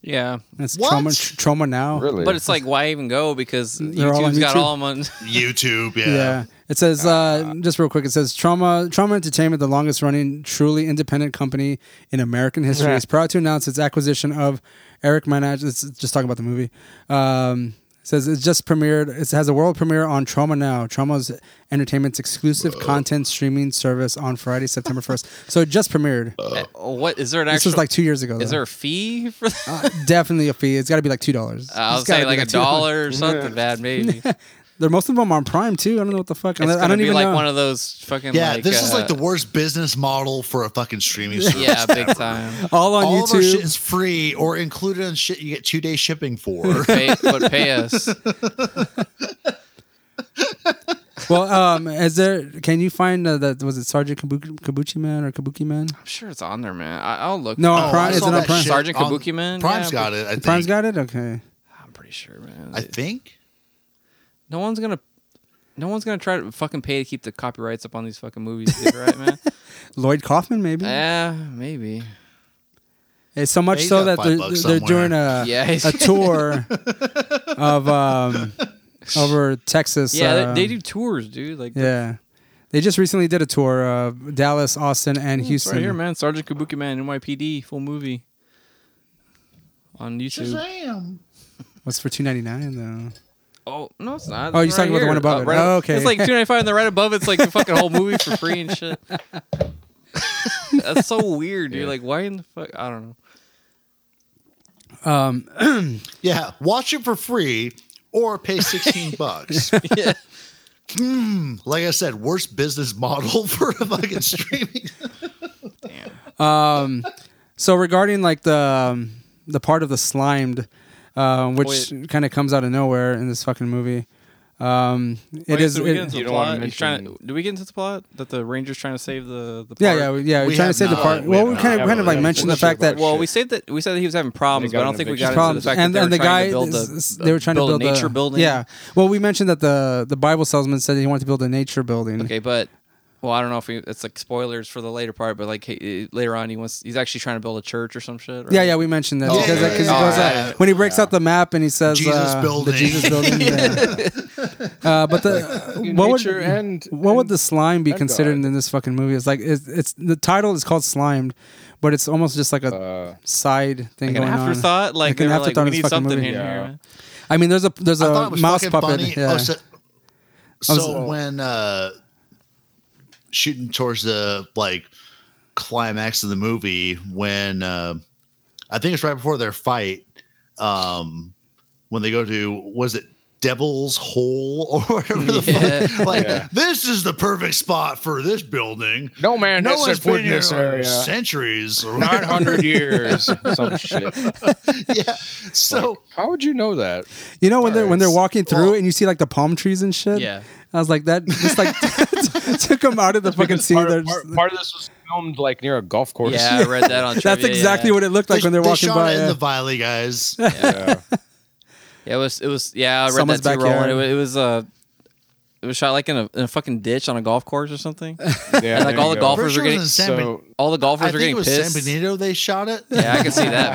[SPEAKER 5] Yeah,
[SPEAKER 3] And it's
[SPEAKER 2] What?
[SPEAKER 3] Trauma tr- Trauma Now.
[SPEAKER 4] really.
[SPEAKER 5] but it's like why even go? Because
[SPEAKER 3] They're all on
[SPEAKER 5] YouTube's got
[SPEAKER 3] YouTube.
[SPEAKER 5] all them
[SPEAKER 2] (laughs)
[SPEAKER 5] on.
[SPEAKER 2] YouTube, yeah.
[SPEAKER 3] Yeah. It says uh, just real quick. It says Trauma Trauma Entertainment, the longest running truly independent company in American history, is proud to announce its acquisition of Eric Minaj. It's just talking about the movie. Um, it says it's just premiered. It has a world premiere on Trauma Now. Trauma's Entertainment's exclusive content streaming service on Friday, September first. So it just premiered.
[SPEAKER 5] (laughs) What is there an
[SPEAKER 3] this
[SPEAKER 5] actual?
[SPEAKER 3] was like two years ago.
[SPEAKER 5] is
[SPEAKER 3] though.
[SPEAKER 5] there a fee for that?
[SPEAKER 3] (laughs) Uh, definitely a fee? It's got to be like two dollars.
[SPEAKER 5] Uh, I'll say like a dollar or
[SPEAKER 3] (laughs)
[SPEAKER 5] something bad, maybe.
[SPEAKER 3] They're most of them are on Prime too. I don't know what the fuck.
[SPEAKER 5] It's
[SPEAKER 3] I
[SPEAKER 5] gonna
[SPEAKER 3] don't
[SPEAKER 5] be
[SPEAKER 3] even
[SPEAKER 5] like
[SPEAKER 3] know.
[SPEAKER 5] one of those fucking.
[SPEAKER 2] Yeah,
[SPEAKER 5] like,
[SPEAKER 2] this is like
[SPEAKER 5] uh,
[SPEAKER 2] the worst business model for a fucking streaming service.
[SPEAKER 5] (laughs) Yeah, big
[SPEAKER 2] (laughs)
[SPEAKER 5] time.
[SPEAKER 3] all on
[SPEAKER 2] All
[SPEAKER 3] YouTube.
[SPEAKER 2] of our shit is free or included in shit you get two day shipping
[SPEAKER 5] (laughs)
[SPEAKER 2] for.
[SPEAKER 5] Pay, but pay us.
[SPEAKER 3] well, um, is there? Can you find uh, that? Was it Sergeant Kabuki, Kabuki Man or Kabuki Man?
[SPEAKER 5] I'm sure it's on there, man. I, I'll look.
[SPEAKER 3] No, on
[SPEAKER 2] Oh,
[SPEAKER 3] Prime.
[SPEAKER 2] I
[SPEAKER 3] Is it
[SPEAKER 2] saw
[SPEAKER 3] on
[SPEAKER 2] that
[SPEAKER 3] Prime?
[SPEAKER 2] shit
[SPEAKER 5] Sergeant
[SPEAKER 2] on-
[SPEAKER 5] Kabuki Man?
[SPEAKER 2] Prime's
[SPEAKER 5] Yeah,
[SPEAKER 2] got it. I think.
[SPEAKER 3] Prime's got it. Okay.
[SPEAKER 5] I'm pretty sure, man.
[SPEAKER 2] I think.
[SPEAKER 5] no one's gonna. No one's gonna try to fucking pay to keep the copyrights up on these fucking movies, dude, right, man?
[SPEAKER 3] (laughs) Lloyd Kaufman, maybe.
[SPEAKER 5] yeah, maybe.
[SPEAKER 3] It's so much
[SPEAKER 2] He's
[SPEAKER 3] so
[SPEAKER 2] got
[SPEAKER 3] that
[SPEAKER 2] five
[SPEAKER 3] they're,
[SPEAKER 2] bucks
[SPEAKER 3] they're
[SPEAKER 2] somewhere.
[SPEAKER 3] doing a
[SPEAKER 5] Yeah, he's-
[SPEAKER 3] a
[SPEAKER 5] (laughs)
[SPEAKER 3] tour of um over Texas.
[SPEAKER 5] Yeah,
[SPEAKER 3] um,
[SPEAKER 5] they, they do tours, dude. Like yeah,
[SPEAKER 3] Yeah, they just recently did a tour of Dallas, Austin, and Houston.
[SPEAKER 5] right here, man. Sergeant Kabuki Man, NYPD, full movie on YouTube.
[SPEAKER 3] What's for two ninety nine though?
[SPEAKER 5] Oh no, it's not.
[SPEAKER 3] Oh, you're
[SPEAKER 5] It's
[SPEAKER 3] talking about the
[SPEAKER 5] here.
[SPEAKER 3] one above it.
[SPEAKER 5] right
[SPEAKER 3] Oh, okay.
[SPEAKER 5] It's like 295, and then right above it's like the fucking whole movie for free and (laughs) shit. That's so weird, dude. Like, why in the fuck? I don't know.
[SPEAKER 2] Yeah, watch it for free or pay 16 bucks.
[SPEAKER 5] Yeah.
[SPEAKER 2] Hmm, like I said, worst business model (laughs) for a fucking streaming.
[SPEAKER 3] So regarding like the um, the part of the slimed, um, which
[SPEAKER 5] Wait.
[SPEAKER 3] kind of comes out of nowhere in this fucking movie, um, it
[SPEAKER 5] Wait,
[SPEAKER 3] is.
[SPEAKER 5] So we
[SPEAKER 3] it-
[SPEAKER 5] get into
[SPEAKER 4] You
[SPEAKER 5] the
[SPEAKER 4] don't wanna
[SPEAKER 5] plot. He's trying
[SPEAKER 4] mention-
[SPEAKER 5] do we get into the plot that the Rangers trying to save the the?
[SPEAKER 3] yeah,
[SPEAKER 5] park?
[SPEAKER 3] yeah, we- yeah. We're
[SPEAKER 2] We
[SPEAKER 3] trying to
[SPEAKER 2] have
[SPEAKER 3] say the
[SPEAKER 2] not.
[SPEAKER 3] part.
[SPEAKER 2] We
[SPEAKER 3] well,
[SPEAKER 2] have
[SPEAKER 3] we
[SPEAKER 2] not.
[SPEAKER 3] kind of kind of like
[SPEAKER 4] Yeah,
[SPEAKER 3] mentioned
[SPEAKER 4] we
[SPEAKER 3] the fact that
[SPEAKER 4] should
[SPEAKER 5] Well, we
[SPEAKER 4] Shit.
[SPEAKER 5] said that we said that he was having problems,
[SPEAKER 4] They
[SPEAKER 5] but I
[SPEAKER 4] got
[SPEAKER 5] don't
[SPEAKER 4] an
[SPEAKER 5] think we
[SPEAKER 4] eviction.
[SPEAKER 5] got into
[SPEAKER 3] problems
[SPEAKER 5] the fact
[SPEAKER 3] and,
[SPEAKER 5] that they
[SPEAKER 3] and
[SPEAKER 5] were
[SPEAKER 3] the
[SPEAKER 5] trying
[SPEAKER 3] guy
[SPEAKER 5] to build
[SPEAKER 3] is-
[SPEAKER 5] a
[SPEAKER 3] they were trying
[SPEAKER 5] build
[SPEAKER 3] to
[SPEAKER 5] a
[SPEAKER 3] build
[SPEAKER 5] nature
[SPEAKER 3] a,
[SPEAKER 5] building.
[SPEAKER 3] Yeah. Well, we mentioned that the the Bible salesman said he wanted to build a nature building.
[SPEAKER 5] Okay, but well, I don't know if we, it's like spoilers for the later part, but like he, later on, he wants he's actually trying to build a church or some shit. Right?
[SPEAKER 3] Yeah, yeah, we mentioned that
[SPEAKER 2] Oh,
[SPEAKER 3] because
[SPEAKER 2] yeah,
[SPEAKER 3] because
[SPEAKER 5] yeah,
[SPEAKER 3] he goes
[SPEAKER 5] yeah.
[SPEAKER 3] out when he breaks out the map and he says
[SPEAKER 2] Jesus
[SPEAKER 3] uh,
[SPEAKER 2] building.
[SPEAKER 3] the Jesus building. yeah.
[SPEAKER 5] (laughs)
[SPEAKER 3] uh, but the what would
[SPEAKER 4] nature and-
[SPEAKER 3] what would the slime be
[SPEAKER 4] and
[SPEAKER 3] considered
[SPEAKER 4] God.
[SPEAKER 3] in this fucking movie? It's like it's, it's the title is called slimed, but it's almost just like a
[SPEAKER 4] uh,
[SPEAKER 3] side thing
[SPEAKER 5] Like an
[SPEAKER 3] going
[SPEAKER 5] afterthought,
[SPEAKER 3] on.
[SPEAKER 5] like, they were like,
[SPEAKER 3] in
[SPEAKER 5] we
[SPEAKER 3] this
[SPEAKER 5] need
[SPEAKER 3] fucking
[SPEAKER 5] something
[SPEAKER 3] movie.
[SPEAKER 5] in
[SPEAKER 4] Yeah.
[SPEAKER 5] here.
[SPEAKER 3] I mean, there's a there's
[SPEAKER 2] I thought
[SPEAKER 3] a
[SPEAKER 2] it was
[SPEAKER 3] mouse
[SPEAKER 2] fucking
[SPEAKER 3] puppet.
[SPEAKER 2] funny.
[SPEAKER 3] Yeah.
[SPEAKER 2] Oh, so so
[SPEAKER 3] oh.
[SPEAKER 2] when uh, shooting towards the like climax of the movie, when uh, I think it's right before their fight, um, when they go to was it Devil's Hole (laughs) or whatever the fuck? Like
[SPEAKER 4] Yeah.
[SPEAKER 2] this is the perfect spot for this building.
[SPEAKER 4] no man,
[SPEAKER 2] No
[SPEAKER 4] no
[SPEAKER 2] one's
[SPEAKER 4] has
[SPEAKER 2] been
[SPEAKER 4] been
[SPEAKER 2] here
[SPEAKER 4] this
[SPEAKER 2] in
[SPEAKER 4] area.
[SPEAKER 5] (laughs)
[SPEAKER 2] centuries. or
[SPEAKER 4] Nine hundred years, some shit.
[SPEAKER 2] yeah. So
[SPEAKER 4] How would you know that?
[SPEAKER 3] You know when they're when they're walking through
[SPEAKER 2] Well-
[SPEAKER 3] and you see like the palm trees and shit.
[SPEAKER 5] Yeah.
[SPEAKER 3] I was like that. Just like (laughs) took them out of the fucking
[SPEAKER 4] Because
[SPEAKER 3] scene.
[SPEAKER 4] part,
[SPEAKER 3] They're
[SPEAKER 4] of,
[SPEAKER 3] just-
[SPEAKER 4] part, part of this was filmed like near a golf course.
[SPEAKER 5] Yeah, I read
[SPEAKER 3] (laughs)
[SPEAKER 5] that on.
[SPEAKER 3] That's
[SPEAKER 5] trivia,
[SPEAKER 3] exactly
[SPEAKER 5] yeah.
[SPEAKER 3] what it looked like
[SPEAKER 2] they-
[SPEAKER 3] when they're
[SPEAKER 2] they
[SPEAKER 3] walking
[SPEAKER 2] shot
[SPEAKER 3] by.
[SPEAKER 2] it in
[SPEAKER 3] yeah.
[SPEAKER 2] the Viley
[SPEAKER 5] (laughs)
[SPEAKER 2] guys.
[SPEAKER 4] Yeah.
[SPEAKER 5] Yeah, it was. It was. Yeah, I read
[SPEAKER 3] Someone's
[SPEAKER 5] that too.
[SPEAKER 3] backyard.
[SPEAKER 5] Roland. It, wa- it was. Uh, it was shot like in a, in a fucking ditch on a golf course or something.
[SPEAKER 4] Yeah,
[SPEAKER 5] And
[SPEAKER 4] (laughs)
[SPEAKER 5] like
[SPEAKER 4] there
[SPEAKER 5] all
[SPEAKER 4] you
[SPEAKER 5] the
[SPEAKER 4] go.
[SPEAKER 5] golfers
[SPEAKER 2] First
[SPEAKER 5] are
[SPEAKER 2] it was
[SPEAKER 5] getting.
[SPEAKER 2] in San Ben-
[SPEAKER 4] So,
[SPEAKER 5] All the golfers
[SPEAKER 2] I
[SPEAKER 5] are
[SPEAKER 2] think
[SPEAKER 5] getting
[SPEAKER 2] it was
[SPEAKER 5] pissed.
[SPEAKER 2] San Benito they shot it.
[SPEAKER 5] (laughs) Yeah, I can
[SPEAKER 4] (laughs)
[SPEAKER 5] see that,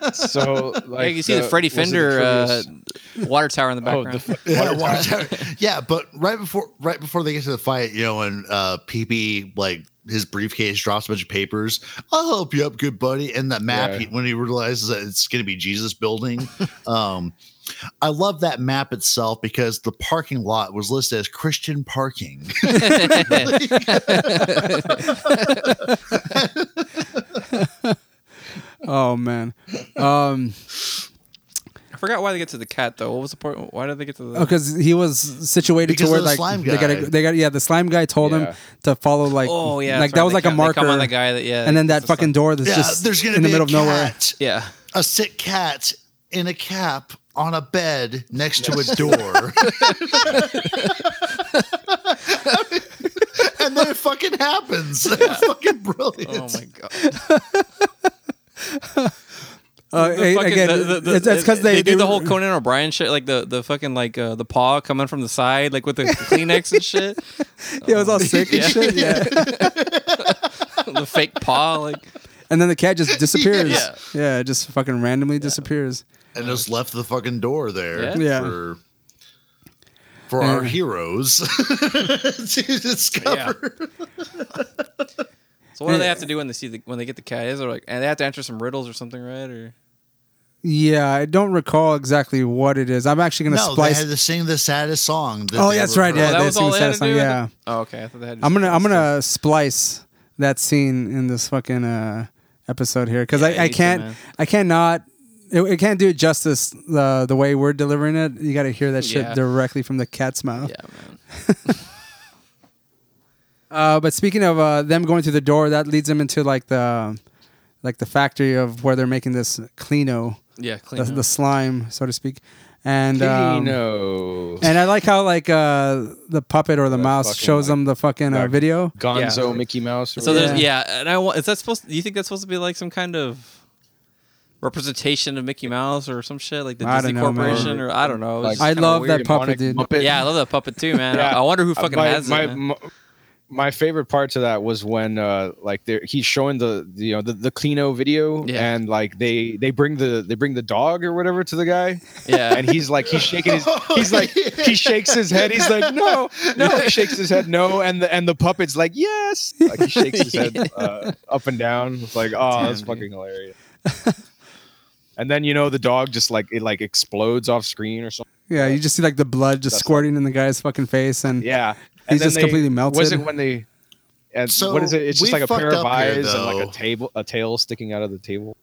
[SPEAKER 5] man. (laughs)
[SPEAKER 4] so
[SPEAKER 5] yeah,
[SPEAKER 4] like
[SPEAKER 5] you can see the, Freddie
[SPEAKER 4] was it the
[SPEAKER 5] Fender uh,
[SPEAKER 4] trivias-
[SPEAKER 5] (laughs) water tower in the
[SPEAKER 4] (laughs) Oh,
[SPEAKER 5] background.
[SPEAKER 4] the
[SPEAKER 5] (laughs)
[SPEAKER 4] f-
[SPEAKER 2] Yeah, watch (laughs) out. yeah, but right before right before they get to the fight, you know, and uh PP like his briefcase drops a bunch of papers. I'll help you up, good buddy. And that map
[SPEAKER 4] Yeah.
[SPEAKER 2] he, when he realizes that it's gonna be Jesus building. (laughs) um I love that map itself because the parking lot was listed as Christian parking.
[SPEAKER 4] (laughs)
[SPEAKER 3] Oh man. Um,
[SPEAKER 5] I forgot why they get to the cat though. What was the point? Why did they get to the?
[SPEAKER 3] because oh, he was situated
[SPEAKER 2] Because
[SPEAKER 3] to where
[SPEAKER 2] of the
[SPEAKER 3] like
[SPEAKER 2] slime
[SPEAKER 3] they
[SPEAKER 2] guy.
[SPEAKER 3] got they got yeah the slime guy told
[SPEAKER 4] Yeah.
[SPEAKER 3] him to follow like
[SPEAKER 5] Oh yeah,
[SPEAKER 3] like
[SPEAKER 5] that's right.
[SPEAKER 3] that was
[SPEAKER 5] They
[SPEAKER 3] like
[SPEAKER 5] come-
[SPEAKER 3] a
[SPEAKER 5] they
[SPEAKER 3] marker
[SPEAKER 5] Come on the guy that yeah.
[SPEAKER 3] and then that
[SPEAKER 5] it's a
[SPEAKER 3] fucking door that's
[SPEAKER 2] yeah,
[SPEAKER 3] just
[SPEAKER 2] there's gonna
[SPEAKER 3] in the
[SPEAKER 2] be
[SPEAKER 3] middle
[SPEAKER 2] a
[SPEAKER 3] of nowhere.
[SPEAKER 2] cat,
[SPEAKER 5] Yeah.
[SPEAKER 2] a sick cat in a cap on a bed next to a door. and then it fucking (laughs)
[SPEAKER 5] (laughs)
[SPEAKER 4] uh,
[SPEAKER 2] happens. fucking brilliant.
[SPEAKER 5] Oh my god.
[SPEAKER 3] Uh,
[SPEAKER 5] The
[SPEAKER 3] a-
[SPEAKER 5] fucking-
[SPEAKER 3] again,
[SPEAKER 5] the- the- the-
[SPEAKER 3] it's because they,
[SPEAKER 5] do the whole Conan O'Brien shit, like the the fucking like uh, the paw coming from the side, like
[SPEAKER 3] (laughs)
[SPEAKER 5] with the Kleenex and shit,
[SPEAKER 3] Yeah, (laughs) it was all sick and
[SPEAKER 5] Yeah.
[SPEAKER 3] shit. Yeah.
[SPEAKER 5] the fake paw, like
[SPEAKER 3] And then the cat just disappears.
[SPEAKER 5] Yeah.
[SPEAKER 3] yeah. it just fucking randomly disappears.
[SPEAKER 2] and just left the fucking door there
[SPEAKER 5] Yeah.
[SPEAKER 3] Yeah. Mm.
[SPEAKER 2] for for our
[SPEAKER 3] Yeah.
[SPEAKER 2] heroes (laughs) to discover.
[SPEAKER 5] So what do they have to do when they see the when they get the cat? Is it like and they have to answer some riddles or something, right? Or
[SPEAKER 3] Yeah, I don't recall exactly what it is. I'm actually gonna
[SPEAKER 2] No, they
[SPEAKER 3] splice.
[SPEAKER 2] had to sing the saddest song. that
[SPEAKER 3] oh,
[SPEAKER 2] they
[SPEAKER 3] that's
[SPEAKER 2] ever
[SPEAKER 3] right.
[SPEAKER 2] heard.
[SPEAKER 3] Yeah,
[SPEAKER 5] that
[SPEAKER 3] they
[SPEAKER 5] was
[SPEAKER 3] sing
[SPEAKER 5] all
[SPEAKER 3] the
[SPEAKER 5] they had
[SPEAKER 3] saddest
[SPEAKER 5] to
[SPEAKER 3] song,
[SPEAKER 5] do?
[SPEAKER 3] Yeah,
[SPEAKER 5] oh, okay, I thought they had. To
[SPEAKER 3] I'm gonna
[SPEAKER 5] just-
[SPEAKER 3] I'm gonna splice that scene in this fucking uh, episode here because
[SPEAKER 5] Yeah,
[SPEAKER 3] I, I
[SPEAKER 5] you too,
[SPEAKER 3] can't
[SPEAKER 5] man.
[SPEAKER 3] I cannot it, it can't do it justice the the way we're delivering it. You got to hear that shit
[SPEAKER 5] Yeah.
[SPEAKER 3] directly from the cat's mouth.
[SPEAKER 5] Yeah, man.
[SPEAKER 3] Uh, but speaking of uh, them going through the door, that leads them into like the like the factory of where they're making this Clino,
[SPEAKER 5] Yeah, clean.
[SPEAKER 3] the,
[SPEAKER 5] up.
[SPEAKER 3] the slime, so to speak. And um,
[SPEAKER 4] Kino.
[SPEAKER 3] and I like how like uh, the puppet or the mouse
[SPEAKER 4] fucking,
[SPEAKER 3] shows
[SPEAKER 4] like,
[SPEAKER 3] them the fucking uh,
[SPEAKER 4] that-
[SPEAKER 3] video.
[SPEAKER 4] Gonzo
[SPEAKER 5] Yeah.
[SPEAKER 4] Mickey Mouse. or
[SPEAKER 5] so
[SPEAKER 4] whatever.
[SPEAKER 5] there's yeah, and I want is that supposed? Do you think that's supposed to be like some kind of representation of Mickey Mouse or some shit like the
[SPEAKER 3] I
[SPEAKER 5] Disney
[SPEAKER 3] don't know, man.
[SPEAKER 5] Corporation or I don't know. it was
[SPEAKER 4] Like,
[SPEAKER 5] just
[SPEAKER 3] I
[SPEAKER 5] kinda
[SPEAKER 3] love
[SPEAKER 5] weird.
[SPEAKER 3] that puppet, dude.
[SPEAKER 4] demonic Muppet. Uh,
[SPEAKER 5] Yeah, I love that puppet too,
[SPEAKER 3] (laughs)
[SPEAKER 5] man. I- I wonder who fucking
[SPEAKER 4] my,
[SPEAKER 5] has
[SPEAKER 4] my,
[SPEAKER 5] it. man.
[SPEAKER 4] My, my favorite part to that was when uh like they're he's showing the, the, you know the, the Clino video
[SPEAKER 5] Yeah.
[SPEAKER 4] and like they they bring the they bring the dog or whatever to the guy
[SPEAKER 5] Yeah.
[SPEAKER 4] (laughs) and he's like he's shaking
[SPEAKER 2] (laughs)
[SPEAKER 4] his he's like he shakes his head he's like no no he
[SPEAKER 2] (laughs)
[SPEAKER 4] shakes his head no and the and the puppet's like yes like he shakes his
[SPEAKER 2] (laughs)
[SPEAKER 4] head uh, up and down it's like oh that's
[SPEAKER 5] dude.
[SPEAKER 4] fucking hilarious and then you know the dog just like it like explodes off screen or something.
[SPEAKER 3] Yeah, you just see like the blood just
[SPEAKER 4] That's
[SPEAKER 3] squirting in the guy's fucking face, and
[SPEAKER 4] Yeah,
[SPEAKER 3] He's
[SPEAKER 4] then
[SPEAKER 3] just completely melted.
[SPEAKER 4] Was
[SPEAKER 3] (laughs)
[SPEAKER 4] it when they? And
[SPEAKER 2] So,
[SPEAKER 4] what is it? It's just
[SPEAKER 2] we
[SPEAKER 4] like a
[SPEAKER 2] fucked
[SPEAKER 4] pair of
[SPEAKER 2] up here,
[SPEAKER 4] eyes and like
[SPEAKER 2] though.
[SPEAKER 4] a table, a tail sticking out of the table.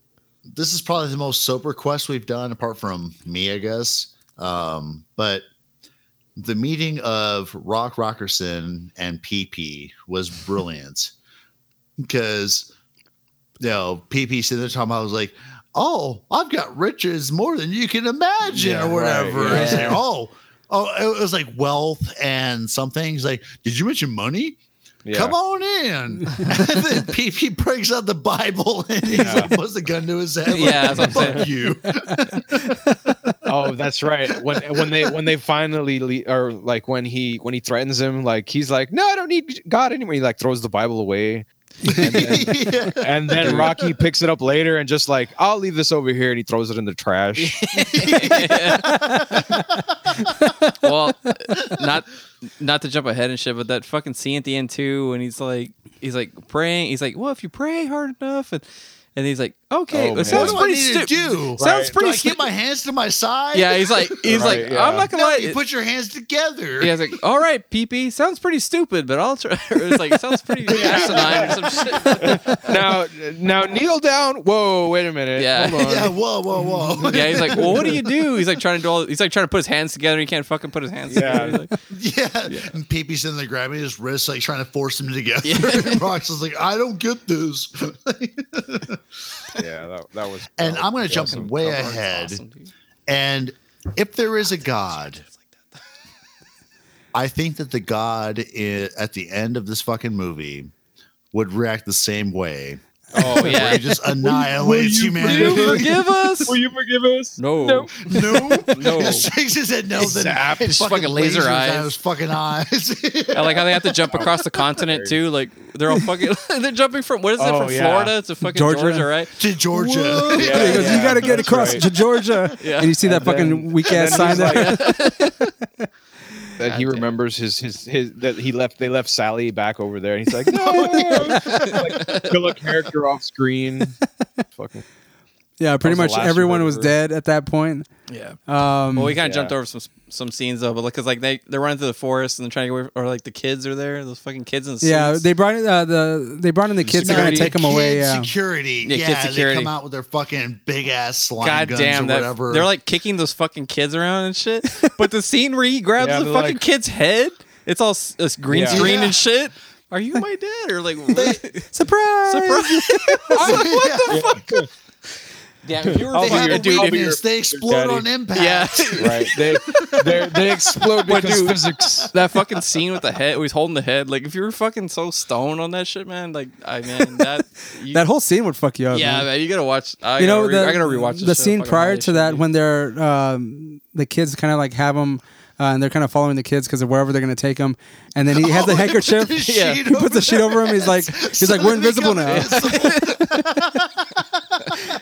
[SPEAKER 2] This is probably the most sober quest we've done, apart from me, I guess. Um, but the meeting of Rock Rockerson and PP was brilliant (laughs) because you know PP sitting there talking about I was like, oh, I've got riches more than you can imagine
[SPEAKER 4] Yeah,
[SPEAKER 2] or
[SPEAKER 4] right,
[SPEAKER 2] whatever.
[SPEAKER 4] yeah.
[SPEAKER 2] It's like, oh, oh, it was like wealth and something. He's like, did you mention money?
[SPEAKER 4] Yeah.
[SPEAKER 2] Come on in. (laughs) and then
[SPEAKER 5] (laughs)
[SPEAKER 2] PP breaks out the Bible and he's like, puts the gun to his head.
[SPEAKER 5] Yeah,
[SPEAKER 2] Like,
[SPEAKER 5] that's what I'm
[SPEAKER 2] fuck
[SPEAKER 5] (laughs)
[SPEAKER 2] you.
[SPEAKER 4] Oh, that's right. When when they when they finally le- or like when he when he threatens him, like he's like, no, I don't need God anymore. He like throws the Bible away,
[SPEAKER 2] (laughs) yeah.
[SPEAKER 4] and then
[SPEAKER 5] (laughs)
[SPEAKER 4] Rocky picks it up later and just like, I'll leave this over here, and he throws it in the
[SPEAKER 5] (laughs)
[SPEAKER 4] trash.
[SPEAKER 5] well, not not to jump ahead and shit, but that fucking scene at the end too, when he's like, he's like praying. He's like, well, if you pray hard enough, and and he's like, okay,
[SPEAKER 4] Oh,
[SPEAKER 5] it
[SPEAKER 4] man.
[SPEAKER 5] sounds
[SPEAKER 2] what do I
[SPEAKER 5] pretty
[SPEAKER 2] need to do?
[SPEAKER 5] stupid. Sounds
[SPEAKER 2] Do
[SPEAKER 5] pretty
[SPEAKER 2] I get
[SPEAKER 5] stupid.
[SPEAKER 2] my hands to my side?
[SPEAKER 5] Yeah,
[SPEAKER 2] (laughs)
[SPEAKER 5] he's like, he's
[SPEAKER 4] Right,
[SPEAKER 5] like,
[SPEAKER 4] yeah.
[SPEAKER 5] I'm not gonna
[SPEAKER 2] no,
[SPEAKER 5] lie.
[SPEAKER 2] you put your hands together.
[SPEAKER 5] (laughs) yeah, he's like, all right, PP, sounds pretty stupid, but I'll try. It's like, sounds
[SPEAKER 2] (laughs)
[SPEAKER 5] pretty asinine or some shit.
[SPEAKER 4] now now kneel down. Whoa, wait a minute.
[SPEAKER 5] Yeah.
[SPEAKER 4] Hold on.
[SPEAKER 2] Yeah, whoa, whoa, whoa.
[SPEAKER 5] (laughs) Yeah, he's like, well, what do you do? He's like trying to do all. He's like trying to put his hands together. He can't fucking put his hands
[SPEAKER 4] Yeah.
[SPEAKER 5] together.
[SPEAKER 2] (laughs)
[SPEAKER 5] He's like,
[SPEAKER 2] yeah. And Peepee's in there grabbing his wrist, like trying to force him together. (laughs) And Rox is like, I don't get
[SPEAKER 5] (laughs)
[SPEAKER 2] this.
[SPEAKER 4] (laughs) Yeah, that, that was.
[SPEAKER 2] and I'm going to jump
[SPEAKER 4] awesome.
[SPEAKER 2] way
[SPEAKER 5] "That's
[SPEAKER 2] ahead.
[SPEAKER 4] (laughs)
[SPEAKER 5] awesome, dude."
[SPEAKER 2] And if there is a God, I think that the God i at the end of this fucking movie would react the same way.
[SPEAKER 5] Oh yeah,
[SPEAKER 2] He
[SPEAKER 5] (laughs)
[SPEAKER 2] just annihilates
[SPEAKER 5] you
[SPEAKER 2] humanity.
[SPEAKER 5] forgive us?
[SPEAKER 4] you forgive us?
[SPEAKER 5] No.
[SPEAKER 2] (laughs) No,
[SPEAKER 5] No.
[SPEAKER 2] He shakes his head no. Then
[SPEAKER 4] Zap.
[SPEAKER 2] his
[SPEAKER 5] His fucking laser
[SPEAKER 2] out
[SPEAKER 5] eyes.
[SPEAKER 2] His fucking eyes. (laughs)
[SPEAKER 5] I like how they have to jump across the continent too. Like they're all fucking. (laughs) they're jumping from what is it
[SPEAKER 4] Oh,
[SPEAKER 5] from
[SPEAKER 4] yeah. Mm-hmm.
[SPEAKER 5] Florida to fucking
[SPEAKER 3] Georgia.
[SPEAKER 5] Georgia, right?
[SPEAKER 2] to Georgia.
[SPEAKER 3] Whoa.
[SPEAKER 4] Yeah,
[SPEAKER 3] he goes,
[SPEAKER 4] yeah,
[SPEAKER 3] you got to get
[SPEAKER 4] that's
[SPEAKER 3] across
[SPEAKER 4] right.
[SPEAKER 3] to
[SPEAKER 4] (laughs)
[SPEAKER 3] Georgia,
[SPEAKER 5] Yeah.
[SPEAKER 3] and you see that
[SPEAKER 4] And then-
[SPEAKER 3] fucking weak ass
[SPEAKER 4] and then
[SPEAKER 3] sign
[SPEAKER 4] he's
[SPEAKER 3] there.
[SPEAKER 4] that he remembers his, his his that he left they left Sally back over there and he's like
[SPEAKER 3] (laughs)
[SPEAKER 4] no like, kill a character off screen
[SPEAKER 3] (laughs)
[SPEAKER 4] fucking
[SPEAKER 3] (laughs) yeah, pretty
[SPEAKER 4] was the
[SPEAKER 3] much
[SPEAKER 4] last
[SPEAKER 3] everyone was
[SPEAKER 4] murderer.
[SPEAKER 3] dead at that point.
[SPEAKER 5] Yeah.
[SPEAKER 3] Um,
[SPEAKER 5] Well, we kind of
[SPEAKER 4] Yeah.
[SPEAKER 5] jumped over some some scenes though, but because like they they're running through the forest and they're trying to get away, or like the kids are there, those fucking kids in the
[SPEAKER 3] yeah,
[SPEAKER 5] suits.
[SPEAKER 3] they brought in, uh, the they brought in the kids to kind of
[SPEAKER 5] Security.
[SPEAKER 3] take them away.
[SPEAKER 2] Kid
[SPEAKER 3] Yeah.
[SPEAKER 2] Security.
[SPEAKER 5] Yeah,
[SPEAKER 2] Yeah,
[SPEAKER 5] kid
[SPEAKER 2] they
[SPEAKER 5] security.
[SPEAKER 2] come out with their fucking big ass slime
[SPEAKER 5] God
[SPEAKER 2] guns
[SPEAKER 5] damn
[SPEAKER 2] or
[SPEAKER 5] that!
[SPEAKER 2] whatever. (laughs)
[SPEAKER 5] They're like kicking those fucking kids around
[SPEAKER 4] (laughs)
[SPEAKER 5] and shit. But the scene where he grabs
[SPEAKER 4] Yeah,
[SPEAKER 5] the
[SPEAKER 4] they're
[SPEAKER 5] fucking
[SPEAKER 4] like-
[SPEAKER 5] kid's head, it's all s- it's green
[SPEAKER 4] Yeah.
[SPEAKER 5] screen
[SPEAKER 2] Yeah.
[SPEAKER 5] and shit.
[SPEAKER 3] (laughs)
[SPEAKER 5] Are you my dad? Or like, what?
[SPEAKER 3] Surprise!
[SPEAKER 5] surprise?
[SPEAKER 2] what the fuck?
[SPEAKER 5] (laughs) Damn, if you were
[SPEAKER 4] I'll be
[SPEAKER 2] They
[SPEAKER 5] fucking-
[SPEAKER 2] have
[SPEAKER 4] your-
[SPEAKER 2] a
[SPEAKER 5] dude, if-
[SPEAKER 4] I'll be your-
[SPEAKER 2] weakness. They explode
[SPEAKER 4] daddy.
[SPEAKER 2] on impact.
[SPEAKER 5] yeah.
[SPEAKER 4] (laughs) right? They they they explode
[SPEAKER 5] But
[SPEAKER 4] because
[SPEAKER 5] dude-
[SPEAKER 4] physics.
[SPEAKER 5] (laughs) that fucking scene with the head, where he's holding the head. Like, if you were fucking so stoned on that shit, man, like, I
[SPEAKER 3] (laughs)
[SPEAKER 5] man, that you,
[SPEAKER 3] That whole scene would fuck you up.
[SPEAKER 5] yeah,
[SPEAKER 3] man.
[SPEAKER 5] man. you gotta watch. I
[SPEAKER 3] you know,
[SPEAKER 5] gotta re-
[SPEAKER 3] the,
[SPEAKER 5] I gotta rewatch this
[SPEAKER 3] the
[SPEAKER 5] shit.
[SPEAKER 3] scene
[SPEAKER 5] Fucking
[SPEAKER 3] prior
[SPEAKER 5] highlight
[SPEAKER 3] to
[SPEAKER 5] shit,
[SPEAKER 3] that
[SPEAKER 5] dude.
[SPEAKER 3] when they're um, the kids kind of like have them. Uh, and they're kind of following the kids because of wherever they're going to take them. And then he has the
[SPEAKER 2] Oh, they put the
[SPEAKER 3] handkerchief.
[SPEAKER 2] sheet
[SPEAKER 3] yeah, he
[SPEAKER 2] over
[SPEAKER 3] puts the sheet
[SPEAKER 2] their
[SPEAKER 3] over him. He's like,
[SPEAKER 2] heads
[SPEAKER 3] he's like,
[SPEAKER 2] so
[SPEAKER 3] we're
[SPEAKER 2] they
[SPEAKER 3] invisible
[SPEAKER 2] become
[SPEAKER 3] now.
[SPEAKER 2] invisible.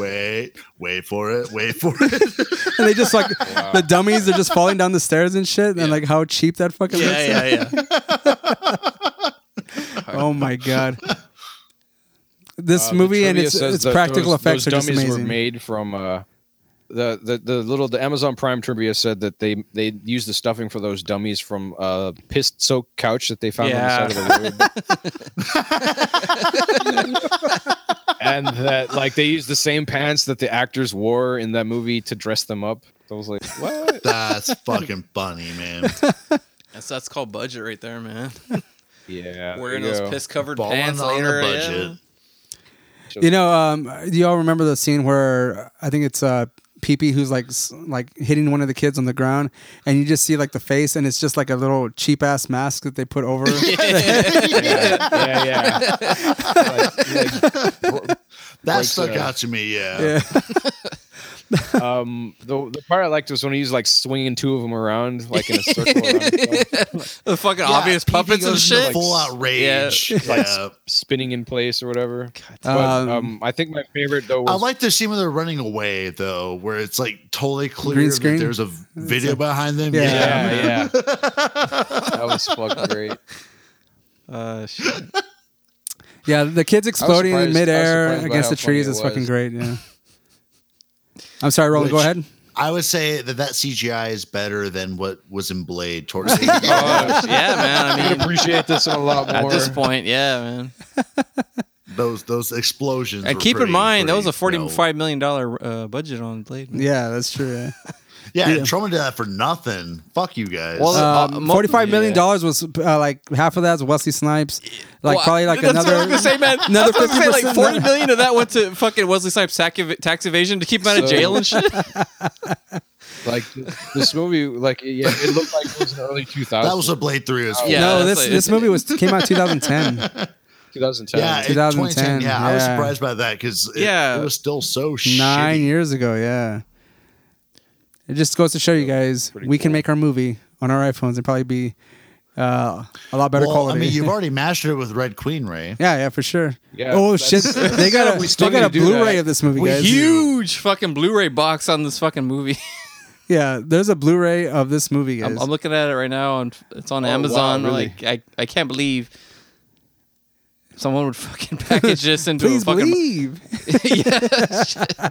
[SPEAKER 2] wait, wait for it, wait for it.
[SPEAKER 3] (laughs) and they just like the dummies are just falling down the stairs and shit. And like how cheap that fucking looks.
[SPEAKER 5] (laughs) yeah, yeah, yeah.
[SPEAKER 3] Oh my god. This
[SPEAKER 4] Uh, the
[SPEAKER 3] movie and
[SPEAKER 4] trivia
[SPEAKER 3] its
[SPEAKER 4] says
[SPEAKER 3] its
[SPEAKER 4] that
[SPEAKER 3] practical
[SPEAKER 4] those,
[SPEAKER 3] effects
[SPEAKER 4] those
[SPEAKER 3] are just
[SPEAKER 4] dummies
[SPEAKER 3] amazing.
[SPEAKER 4] were made from uh, the, the the little the Amazon Prime trivia said that they they used the stuffing for those dummies from uh piss soaked couch that they found on the side of the road.
[SPEAKER 5] (laughs)
[SPEAKER 4] and that like they used the same pants that the actors wore in that movie to dress them up. So I was like, what?
[SPEAKER 2] That's fucking funny,
[SPEAKER 5] (laughs)
[SPEAKER 2] man.
[SPEAKER 5] That's that's called budget right there, man.
[SPEAKER 4] yeah,
[SPEAKER 5] Wearing
[SPEAKER 4] there you
[SPEAKER 5] those
[SPEAKER 4] go.
[SPEAKER 5] piss covered
[SPEAKER 2] Balling
[SPEAKER 5] pants
[SPEAKER 2] on
[SPEAKER 5] later.
[SPEAKER 2] a budget.
[SPEAKER 3] You know, um, do y'all remember the scene where I think it's uh, Pee who's like s- like hitting one of the kids on the ground, and you just see like the face, and it's just like a little cheap ass mask that they put over.
[SPEAKER 4] (laughs) yeah, yeah. Like- like,
[SPEAKER 2] That
[SPEAKER 4] Breaks
[SPEAKER 2] stuck
[SPEAKER 5] uh,
[SPEAKER 4] the-
[SPEAKER 2] out to me, yeah.
[SPEAKER 3] yeah,
[SPEAKER 4] um, the, the part I liked was when he was like swinging two of them around, like in a circle. around
[SPEAKER 5] (laughs)
[SPEAKER 4] himself.
[SPEAKER 5] The fucking
[SPEAKER 2] Yeah,
[SPEAKER 5] obvious
[SPEAKER 2] PP
[SPEAKER 5] puppets and
[SPEAKER 2] goes into
[SPEAKER 5] shit.
[SPEAKER 2] Full out rage. Yeah.
[SPEAKER 5] (laughs)
[SPEAKER 4] like s- spinning in place or whatever. But,
[SPEAKER 3] Um,
[SPEAKER 4] um, I think my favorite though
[SPEAKER 2] I
[SPEAKER 4] was
[SPEAKER 2] like the scene when they're running away though, where it's like totally clear
[SPEAKER 3] Green
[SPEAKER 2] that
[SPEAKER 3] screen?
[SPEAKER 2] there's a video behind them.
[SPEAKER 3] yeah.
[SPEAKER 4] yeah,
[SPEAKER 2] (laughs)
[SPEAKER 4] yeah. that was fucking great.
[SPEAKER 5] Uh, shit.
[SPEAKER 3] yeah, the kids exploding
[SPEAKER 4] surprised-
[SPEAKER 3] in
[SPEAKER 4] I was
[SPEAKER 3] midair
[SPEAKER 4] surprised by
[SPEAKER 3] against
[SPEAKER 4] how
[SPEAKER 3] the trees
[SPEAKER 4] funny it
[SPEAKER 3] is fucking
[SPEAKER 4] was.
[SPEAKER 3] great. Yeah, I'm sorry, Roland. go
[SPEAKER 2] Which-
[SPEAKER 3] ahead.
[SPEAKER 2] I would say that that CGI is better than what was in Blade towards the end.
[SPEAKER 5] Oh, yeah,
[SPEAKER 3] (laughs)
[SPEAKER 5] man. I
[SPEAKER 4] I
[SPEAKER 5] mean,
[SPEAKER 4] appreciate this one a lot
[SPEAKER 5] at
[SPEAKER 4] more.
[SPEAKER 5] this point, yeah, man.
[SPEAKER 2] those those explosions.
[SPEAKER 5] And
[SPEAKER 2] were
[SPEAKER 5] keep
[SPEAKER 2] pretty-
[SPEAKER 5] in mind, that was
[SPEAKER 2] pretty,
[SPEAKER 5] a
[SPEAKER 2] you know-
[SPEAKER 5] forty-five million dollar uh, budget on Blade. man.
[SPEAKER 3] Yeah, that's true. Yeah.
[SPEAKER 2] Yeah, and Truman did that for nothing. Fuck you guys.
[SPEAKER 5] Well, uh,
[SPEAKER 3] Um,
[SPEAKER 5] mo-
[SPEAKER 3] Forty-five million
[SPEAKER 5] yeah.
[SPEAKER 3] dollars was uh, like half of that was Wesley Snipes, like
[SPEAKER 5] Well,
[SPEAKER 3] probably like
[SPEAKER 5] that's
[SPEAKER 3] another.
[SPEAKER 5] What I was gonna say, man.
[SPEAKER 3] another
[SPEAKER 5] I was gonna say, like
[SPEAKER 3] 50%
[SPEAKER 5] forty million of that went to fucking Wesley Snipes tax, ev- tax evasion to keep him out of
[SPEAKER 4] So-
[SPEAKER 5] jail and shit.
[SPEAKER 4] Like this movie, like yeah, it looked like it was in the early 2000s.
[SPEAKER 2] that was a Blade Three as well.
[SPEAKER 5] (laughs) uh, Yeah,
[SPEAKER 3] no,
[SPEAKER 5] that's
[SPEAKER 3] this
[SPEAKER 5] like-
[SPEAKER 3] this movie was came out 2010.
[SPEAKER 4] 2010.
[SPEAKER 2] Yeah, in
[SPEAKER 3] 2010,
[SPEAKER 2] 2010. Yeah, I was
[SPEAKER 3] yeah.
[SPEAKER 2] surprised by that because it,
[SPEAKER 5] Yeah.
[SPEAKER 2] it was still so
[SPEAKER 3] Nine
[SPEAKER 2] shitty.
[SPEAKER 3] years ago, yeah. It just goes to show you guys we can make our movie on our iPhones and probably be uh, a lot better
[SPEAKER 2] Well,
[SPEAKER 3] quality.
[SPEAKER 2] I mean,
[SPEAKER 5] (laughs)
[SPEAKER 2] you've already mastered it with Red Queen, Ray.
[SPEAKER 3] (laughs) yeah, yeah, for sure.
[SPEAKER 4] Yeah,
[SPEAKER 3] oh
[SPEAKER 4] that's-
[SPEAKER 5] (laughs)
[SPEAKER 3] shit, they got a
[SPEAKER 4] We
[SPEAKER 3] they
[SPEAKER 4] still
[SPEAKER 3] got
[SPEAKER 4] need
[SPEAKER 3] a
[SPEAKER 4] to do
[SPEAKER 3] Blu-ray
[SPEAKER 4] that.
[SPEAKER 3] of this movie, guys.
[SPEAKER 5] Huge fucking Blu-ray box on this fucking movie. (laughs)
[SPEAKER 3] Yeah, there's a Blu-ray of this movie, guys.
[SPEAKER 5] I'm, I'm looking at it right now, and it's on
[SPEAKER 4] Oh, wow,
[SPEAKER 5] Amazon.
[SPEAKER 4] really?
[SPEAKER 5] Like, I, I can't believe someone would fucking (laughs)
[SPEAKER 3] (laughs)
[SPEAKER 5] package this into a
[SPEAKER 3] Please
[SPEAKER 5] fucking.
[SPEAKER 3] believe.
[SPEAKER 5] (laughs)
[SPEAKER 3] (laughs)
[SPEAKER 5] yeah.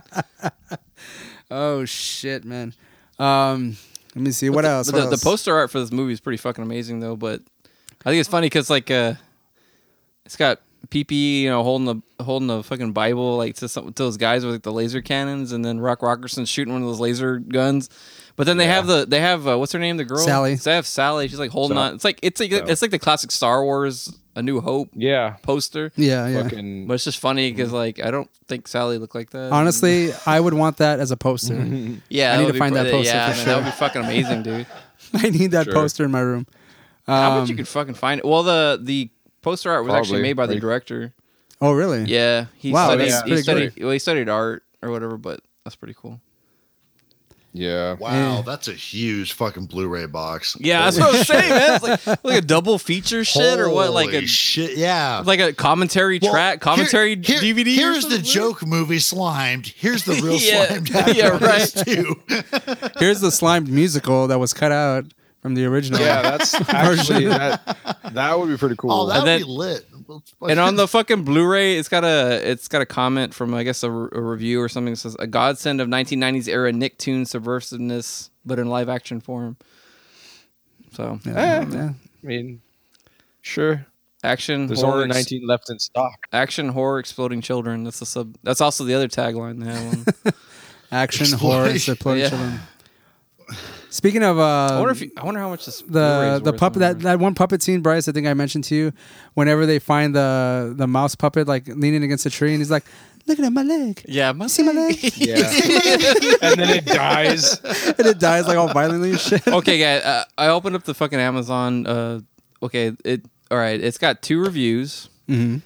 [SPEAKER 3] Oh shit, man. Um, let me see what else.
[SPEAKER 5] But
[SPEAKER 3] what
[SPEAKER 5] the, the
[SPEAKER 3] else?
[SPEAKER 5] poster art for this movie is pretty fucking amazing, though. But I think it's funny because like uh, it's got PP, you know, holding the holding the fucking Bible like to some to those guys with like the laser cannons, and then Rock Rockerson shooting one of those laser guns. But then they have the they have uh, what's her name the girl
[SPEAKER 3] Sally.
[SPEAKER 5] They have Sally. She's like holding
[SPEAKER 4] Sal-
[SPEAKER 5] on. It's like it's like
[SPEAKER 4] Sal.
[SPEAKER 5] it's like the classic Star Wars A New Hope
[SPEAKER 4] yeah,
[SPEAKER 5] poster.
[SPEAKER 3] Yeah, yeah.
[SPEAKER 4] fucking
[SPEAKER 5] But it's just funny because like I don't think Sally looked like that.
[SPEAKER 3] Honestly, I would want that as a poster.
[SPEAKER 5] Mm-hmm. yeah,
[SPEAKER 3] I need
[SPEAKER 5] would
[SPEAKER 3] to
[SPEAKER 5] be
[SPEAKER 3] find
[SPEAKER 5] pr-
[SPEAKER 3] that poster
[SPEAKER 5] Yeah,
[SPEAKER 3] for
[SPEAKER 5] man, that would be fucking amazing, dude.
[SPEAKER 3] (laughs) I need that
[SPEAKER 4] Sure.
[SPEAKER 3] poster in my room.
[SPEAKER 5] I bet you could fucking find it. Well, the the poster art was actually
[SPEAKER 4] Probably,
[SPEAKER 5] made by the
[SPEAKER 4] right?
[SPEAKER 5] director.
[SPEAKER 3] Oh really?
[SPEAKER 5] Yeah, he
[SPEAKER 3] Wow,
[SPEAKER 5] studied.
[SPEAKER 3] that's
[SPEAKER 5] he
[SPEAKER 3] pretty
[SPEAKER 5] studied. Well, he studied art or whatever, but that's pretty cool.
[SPEAKER 4] yeah.
[SPEAKER 2] Wow, that's a huge fucking Blu-ray box.
[SPEAKER 5] Yeah, that's what I was saying, man. It's like like a double feature shit or what? Like a
[SPEAKER 2] Holy shit, yeah.
[SPEAKER 5] like a commentary
[SPEAKER 2] Well,
[SPEAKER 5] track,
[SPEAKER 2] here-
[SPEAKER 5] commentary
[SPEAKER 2] here-
[SPEAKER 5] DVD. or
[SPEAKER 2] Here's the
[SPEAKER 5] something?
[SPEAKER 2] joke movie slimed. Here's the real
[SPEAKER 5] (laughs) Yeah,
[SPEAKER 2] slimed.
[SPEAKER 5] yeah,
[SPEAKER 2] Yeah,
[SPEAKER 5] right.
[SPEAKER 2] right. (laughs) Too.
[SPEAKER 3] Here's the slimed musical that was cut out from the original.
[SPEAKER 4] Yeah, that's actually that. That would be pretty cool.
[SPEAKER 2] Oh, that would
[SPEAKER 5] then-
[SPEAKER 2] be lit. Well,
[SPEAKER 5] And on the fucking Blu-ray, it's got a it's got a comment from I guess a, re- a review or something that says a godsend of 1990s era Nicktoon subversiveness, but in live action form. So
[SPEAKER 3] Yeah, yeah.
[SPEAKER 4] I mean, sure.
[SPEAKER 5] action
[SPEAKER 4] There's
[SPEAKER 5] horror
[SPEAKER 4] only 19 left in stock. (laughs)
[SPEAKER 5] action horror exploding children. That's the sub. That's also the other tagline they have on.
[SPEAKER 3] Action
[SPEAKER 2] Exploit-
[SPEAKER 3] horror, exploit
[SPEAKER 5] Yeah.
[SPEAKER 3] children. Speaking of, uh,
[SPEAKER 5] (laughs) I wonder if you, I wonder how much this
[SPEAKER 3] the
[SPEAKER 5] Blu-ray's
[SPEAKER 3] the
[SPEAKER 5] worth.
[SPEAKER 3] puppet
[SPEAKER 5] I
[SPEAKER 3] that,
[SPEAKER 5] wonder.
[SPEAKER 3] that one puppet scene, Bryce. I think I mentioned to you. Whenever they find the the mouse puppet like leaning against a tree, and he's like, "Looking at my leg,"
[SPEAKER 5] yeah, my (laughs)
[SPEAKER 3] see my leg?
[SPEAKER 4] Yeah. and then it dies.
[SPEAKER 3] (laughs) and it dies like all violently and shit.
[SPEAKER 5] okay, guys. Uh, I opened up the fucking Amazon. Uh, okay, it all right. It's got two reviews, and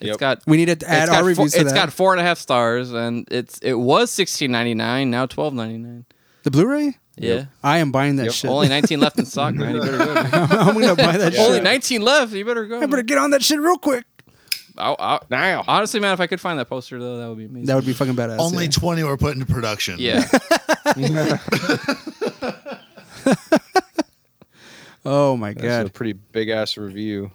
[SPEAKER 5] it's
[SPEAKER 4] Yep.
[SPEAKER 5] got
[SPEAKER 3] Mm-hmm. We need to add
[SPEAKER 5] it's
[SPEAKER 3] our
[SPEAKER 5] got
[SPEAKER 3] reviews
[SPEAKER 5] Four,
[SPEAKER 3] to
[SPEAKER 5] it's
[SPEAKER 3] that.
[SPEAKER 5] got four and a half stars, and it's it was sixteen ninety nine, now twelve ninety nine.
[SPEAKER 3] the Blu-ray.
[SPEAKER 5] Yeah,
[SPEAKER 3] I am buying that shit. (laughs)
[SPEAKER 5] only nineteen left in stock, man. You better go. (laughs)
[SPEAKER 3] I'm gonna buy that
[SPEAKER 5] Only
[SPEAKER 3] shit.
[SPEAKER 5] nineteen left. You better go.
[SPEAKER 3] I better get on that shit real quick.
[SPEAKER 5] I- I-
[SPEAKER 4] Now.
[SPEAKER 5] honestly, man, if I could find that poster though, that would be amazing.
[SPEAKER 3] That would be fucking badass.
[SPEAKER 2] (laughs) Only
[SPEAKER 3] yeah.
[SPEAKER 2] 20 were put into production.
[SPEAKER 3] (laughs)
[SPEAKER 5] yeah.
[SPEAKER 3] (laughs) oh my
[SPEAKER 4] That's a
[SPEAKER 3] god,
[SPEAKER 4] pretty big ass review.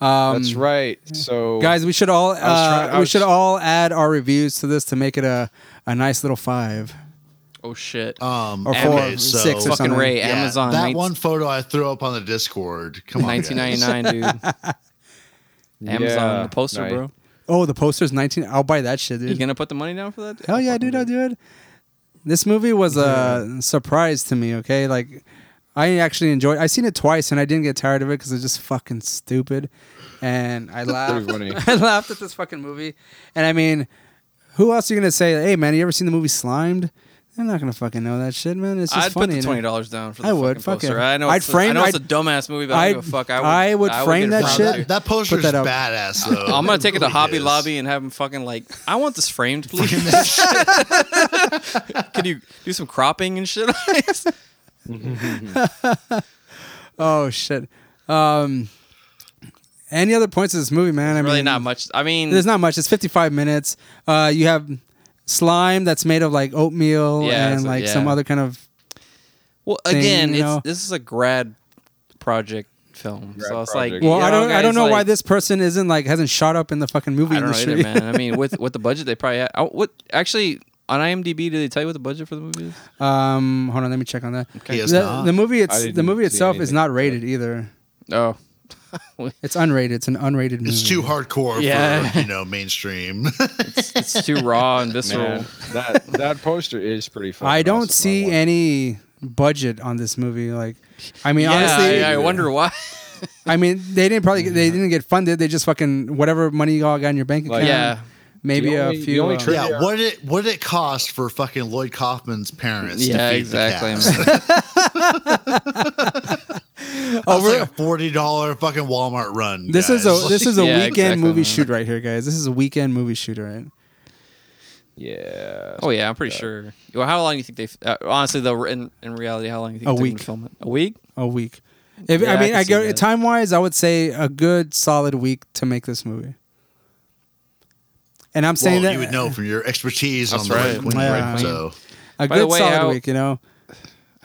[SPEAKER 3] um,
[SPEAKER 4] That's right. So
[SPEAKER 3] guys. We should all uh,
[SPEAKER 4] trying- I
[SPEAKER 3] we
[SPEAKER 4] was-
[SPEAKER 3] should all add our reviews to this to make it a a nice little five
[SPEAKER 5] oh shit.
[SPEAKER 2] Um,
[SPEAKER 3] or
[SPEAKER 5] Am-
[SPEAKER 3] four,
[SPEAKER 2] okay, so
[SPEAKER 3] six, or
[SPEAKER 5] Fucking
[SPEAKER 3] something.
[SPEAKER 5] Ray,
[SPEAKER 2] yeah,
[SPEAKER 5] Amazon.
[SPEAKER 2] That
[SPEAKER 5] 19
[SPEAKER 2] one photo I threw up on the Discord.
[SPEAKER 5] Oh,
[SPEAKER 2] Come on. guys.
[SPEAKER 5] 1999, (laughs) dude. Amazon,
[SPEAKER 4] Yeah,
[SPEAKER 5] the poster,
[SPEAKER 4] nice.
[SPEAKER 5] bro.
[SPEAKER 3] Oh, the poster's nineteen. I'll buy that shit, dude.
[SPEAKER 5] You gonna put the money down for that?
[SPEAKER 3] Hell Oh, yeah, dude, I'll do it. This movie was a surprise to me, okay? Like I actually enjoyed I seen it twice and I didn't get tired of it because it's just fucking stupid. And
[SPEAKER 5] (laughs)
[SPEAKER 3] I laughed.
[SPEAKER 4] funny.
[SPEAKER 3] (laughs) I laughed at this fucking movie. And I mean, who else are you gonna say, hey man, you ever seen the movie Slimed? They're not gonna fucking know that shit, man. It's just
[SPEAKER 5] I'd
[SPEAKER 3] funny.
[SPEAKER 5] put the
[SPEAKER 3] and-
[SPEAKER 5] twenty dollars down for the
[SPEAKER 3] I would,
[SPEAKER 5] fucking
[SPEAKER 3] fuck it.
[SPEAKER 5] poster. I know.
[SPEAKER 3] I'd
[SPEAKER 5] it's a-
[SPEAKER 3] frame-
[SPEAKER 5] I know it's a
[SPEAKER 3] I'd-
[SPEAKER 5] dumbass movie, but I don't
[SPEAKER 3] I'd-
[SPEAKER 5] give a fuck. I would,
[SPEAKER 3] I would frame
[SPEAKER 5] get
[SPEAKER 3] that
[SPEAKER 5] it framed
[SPEAKER 2] Wow,
[SPEAKER 3] shit.
[SPEAKER 5] too.
[SPEAKER 2] that, that poster
[SPEAKER 3] Put
[SPEAKER 2] is
[SPEAKER 3] that up.
[SPEAKER 2] badass, though.
[SPEAKER 5] (laughs) I'm gonna take it to
[SPEAKER 2] really
[SPEAKER 5] Hobby
[SPEAKER 2] is.
[SPEAKER 5] Lobby and have them fucking like, I want this framed, please. (laughs) Can you do some cropping and shit? (laughs)
[SPEAKER 3] Oh shit. Um any other points of this movie, man? I
[SPEAKER 5] really,
[SPEAKER 3] mean,
[SPEAKER 5] not much. I mean,
[SPEAKER 3] There's not much. It's 55 minutes. Uh, you have slime that's made of like oatmeal
[SPEAKER 5] Yeah,
[SPEAKER 3] and
[SPEAKER 5] so-
[SPEAKER 3] like some
[SPEAKER 5] yeah.
[SPEAKER 3] other kind of.
[SPEAKER 5] Well,
[SPEAKER 3] thing,
[SPEAKER 5] again,
[SPEAKER 3] you know?
[SPEAKER 5] it's, this is a grad project film, so it's like,
[SPEAKER 4] project.
[SPEAKER 3] Well,
[SPEAKER 5] you
[SPEAKER 3] I don't. I
[SPEAKER 5] guys,
[SPEAKER 3] don't know why
[SPEAKER 5] like,
[SPEAKER 3] this person isn't like hasn't shot up in the fucking movie
[SPEAKER 5] I don't know
[SPEAKER 3] industry.
[SPEAKER 5] either, man. I mean, with with the budget they probably had, I- what actually on IMDb did they tell you what the budget for the movie is?
[SPEAKER 3] (laughs) um, hold on, let me check on that.
[SPEAKER 2] He is
[SPEAKER 3] The,
[SPEAKER 2] not.
[SPEAKER 3] the movie it's
[SPEAKER 4] I
[SPEAKER 3] the movie
[SPEAKER 4] didn't see
[SPEAKER 3] itself is
[SPEAKER 4] anything
[SPEAKER 3] not rated either.
[SPEAKER 5] Oh,
[SPEAKER 3] It's unrated. It's an unrated movie.
[SPEAKER 2] It's too hardcore
[SPEAKER 5] Yeah.
[SPEAKER 2] for you know mainstream. (laughs)
[SPEAKER 5] it's too raw and visceral.
[SPEAKER 4] Man, that that poster is pretty funny.
[SPEAKER 3] I don't see any budget on this movie. Like, I mean,
[SPEAKER 5] Yeah,
[SPEAKER 3] honestly,
[SPEAKER 5] I, I wonder why.
[SPEAKER 3] I mean, they didn't probably they didn't get funded. They just fucking whatever money you all got in your bank account.
[SPEAKER 4] Like-
[SPEAKER 5] (laughs) yeah,
[SPEAKER 3] maybe
[SPEAKER 4] The
[SPEAKER 3] a
[SPEAKER 4] only- the
[SPEAKER 3] few.
[SPEAKER 4] only
[SPEAKER 3] uh,
[SPEAKER 4] trick-
[SPEAKER 2] yeah, what did it, what did it cost for fucking Lloyd Kaufman's parents? to
[SPEAKER 5] yeah,
[SPEAKER 2] feed
[SPEAKER 5] exactly.
[SPEAKER 3] (laughs)
[SPEAKER 2] The cats?
[SPEAKER 5] man.
[SPEAKER 2] Over like a forty dollar fucking Walmart run.
[SPEAKER 3] This is
[SPEAKER 2] guys.
[SPEAKER 3] a this is a
[SPEAKER 5] (laughs) Yeah,
[SPEAKER 3] weekend
[SPEAKER 5] exactly,
[SPEAKER 3] movie
[SPEAKER 5] man.
[SPEAKER 3] shoot right here, guys. This is a weekend movie shoot, right?
[SPEAKER 4] Yeah.
[SPEAKER 5] (laughs) Oh yeah, I'm pretty sure. Well, how long do you think they? f- Uh, honestly, though, in, in reality, how long do you think
[SPEAKER 3] A
[SPEAKER 5] it took them
[SPEAKER 3] week.
[SPEAKER 5] to film it? A week?
[SPEAKER 3] A week. If,
[SPEAKER 5] Yeah,
[SPEAKER 3] I
[SPEAKER 5] I
[SPEAKER 3] mean,
[SPEAKER 5] can
[SPEAKER 3] I,
[SPEAKER 5] see
[SPEAKER 3] go
[SPEAKER 5] that.
[SPEAKER 3] time wise, I would say a good solid week to make this movie. And I'm
[SPEAKER 2] Well,
[SPEAKER 3] saying that
[SPEAKER 2] you would know from your expertise on
[SPEAKER 5] That's
[SPEAKER 2] the
[SPEAKER 5] right.
[SPEAKER 2] right wing,
[SPEAKER 3] Yeah.
[SPEAKER 2] right? So
[SPEAKER 3] a
[SPEAKER 5] By the
[SPEAKER 3] good
[SPEAKER 5] way,
[SPEAKER 3] solid
[SPEAKER 5] how-
[SPEAKER 3] week. You know,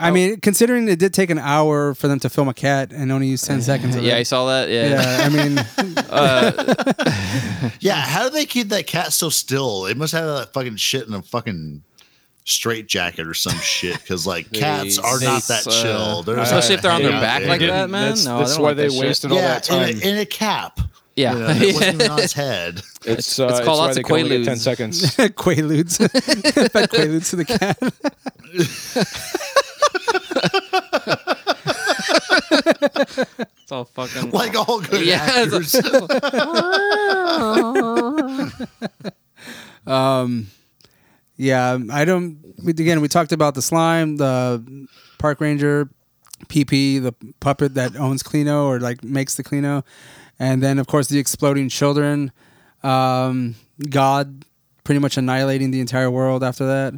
[SPEAKER 3] I mean, considering it did take an hour for them to film a cat and only use
[SPEAKER 5] (laughs)
[SPEAKER 3] ten seconds. Of
[SPEAKER 5] Yeah, I
[SPEAKER 3] it.
[SPEAKER 5] saw that. Yeah.
[SPEAKER 3] yeah. I
[SPEAKER 5] (laughs)
[SPEAKER 3] mean, (laughs)
[SPEAKER 2] yeah, how do they keep that cat so still? It must have that fucking shit in a fucking straight jacket or some shit. Because like cats are
[SPEAKER 5] (laughs) they
[SPEAKER 2] not that
[SPEAKER 5] suck.
[SPEAKER 2] chill. They're
[SPEAKER 5] Especially if they're on
[SPEAKER 2] hanging
[SPEAKER 5] their
[SPEAKER 2] out
[SPEAKER 5] back
[SPEAKER 2] there.
[SPEAKER 5] like
[SPEAKER 4] They
[SPEAKER 5] that,
[SPEAKER 4] didn't.
[SPEAKER 5] man.
[SPEAKER 4] That's-
[SPEAKER 5] no, I
[SPEAKER 4] that's
[SPEAKER 5] don't
[SPEAKER 4] why
[SPEAKER 5] like
[SPEAKER 4] they
[SPEAKER 5] that shit.
[SPEAKER 4] wasted all
[SPEAKER 2] Yeah,
[SPEAKER 4] that time.
[SPEAKER 2] in a, in a cap.
[SPEAKER 5] Yeah, (laughs)
[SPEAKER 2] You know, it wasn't even
[SPEAKER 3] (laughs)
[SPEAKER 2] on its head.
[SPEAKER 4] it's,
[SPEAKER 2] (laughs)
[SPEAKER 4] uh,
[SPEAKER 5] it's
[SPEAKER 4] it's
[SPEAKER 5] called
[SPEAKER 4] why
[SPEAKER 5] lots
[SPEAKER 4] they
[SPEAKER 5] of
[SPEAKER 4] can only get
[SPEAKER 5] Quaaludes.
[SPEAKER 4] Ten seconds.
[SPEAKER 3] quaaludes. (laughs) Fed quaaludes to the cat.
[SPEAKER 5] it's all fucking
[SPEAKER 2] (laughs) Like all good
[SPEAKER 5] Yeah, it's-
[SPEAKER 2] actors.
[SPEAKER 5] (laughs)
[SPEAKER 3] Yeah, um, I don't. we- Again, we talked about the slime, the park ranger, PP, the puppet that owns Clino or like makes the Clino, and then of course the exploding children, um, God, pretty much annihilating the entire world after that,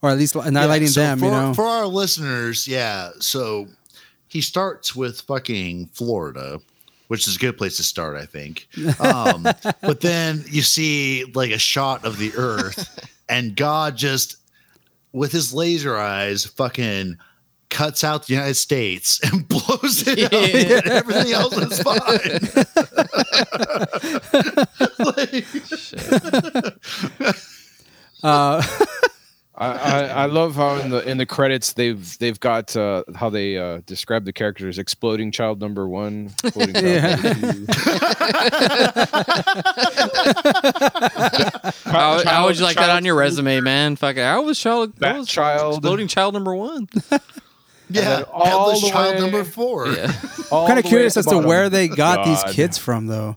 [SPEAKER 3] or at least annihilating
[SPEAKER 2] Yeah, so
[SPEAKER 3] them.
[SPEAKER 2] for,
[SPEAKER 3] you know,
[SPEAKER 2] For our listeners, yeah. So he starts with fucking Florida, which is a good place to start, I
[SPEAKER 3] (laughs)
[SPEAKER 2] think. Um, but then you see like a shot of the
[SPEAKER 3] (laughs)
[SPEAKER 2] earth, and God just with his laser eyes fucking cuts out the United States (laughs) and blows it up and everything else is fine.
[SPEAKER 3] (laughs)
[SPEAKER 2] (laughs) like,
[SPEAKER 3] Uh,
[SPEAKER 5] shit.
[SPEAKER 4] I I, I, I love how in the in the credits they've they've got uh, how they uh, describe the characters exploding child number one, exploding child
[SPEAKER 3] (laughs) Yeah.
[SPEAKER 4] number
[SPEAKER 5] (laughs)
[SPEAKER 4] two.
[SPEAKER 5] How,
[SPEAKER 4] Child-
[SPEAKER 5] how would you like that
[SPEAKER 4] child-
[SPEAKER 5] on your resume, man? Fucking, I was child, I
[SPEAKER 4] Bat
[SPEAKER 5] was
[SPEAKER 4] child.
[SPEAKER 5] exploding child number one.
[SPEAKER 2] Yeah,
[SPEAKER 4] then all
[SPEAKER 2] Headless
[SPEAKER 4] the
[SPEAKER 2] Child
[SPEAKER 4] way-
[SPEAKER 2] number four.
[SPEAKER 5] Yeah.
[SPEAKER 4] all
[SPEAKER 3] kind
[SPEAKER 4] the
[SPEAKER 3] of
[SPEAKER 4] way
[SPEAKER 3] curious
[SPEAKER 4] at
[SPEAKER 3] as
[SPEAKER 4] the
[SPEAKER 3] to
[SPEAKER 4] bottom.
[SPEAKER 3] where they got
[SPEAKER 4] God.
[SPEAKER 3] these kids from, though.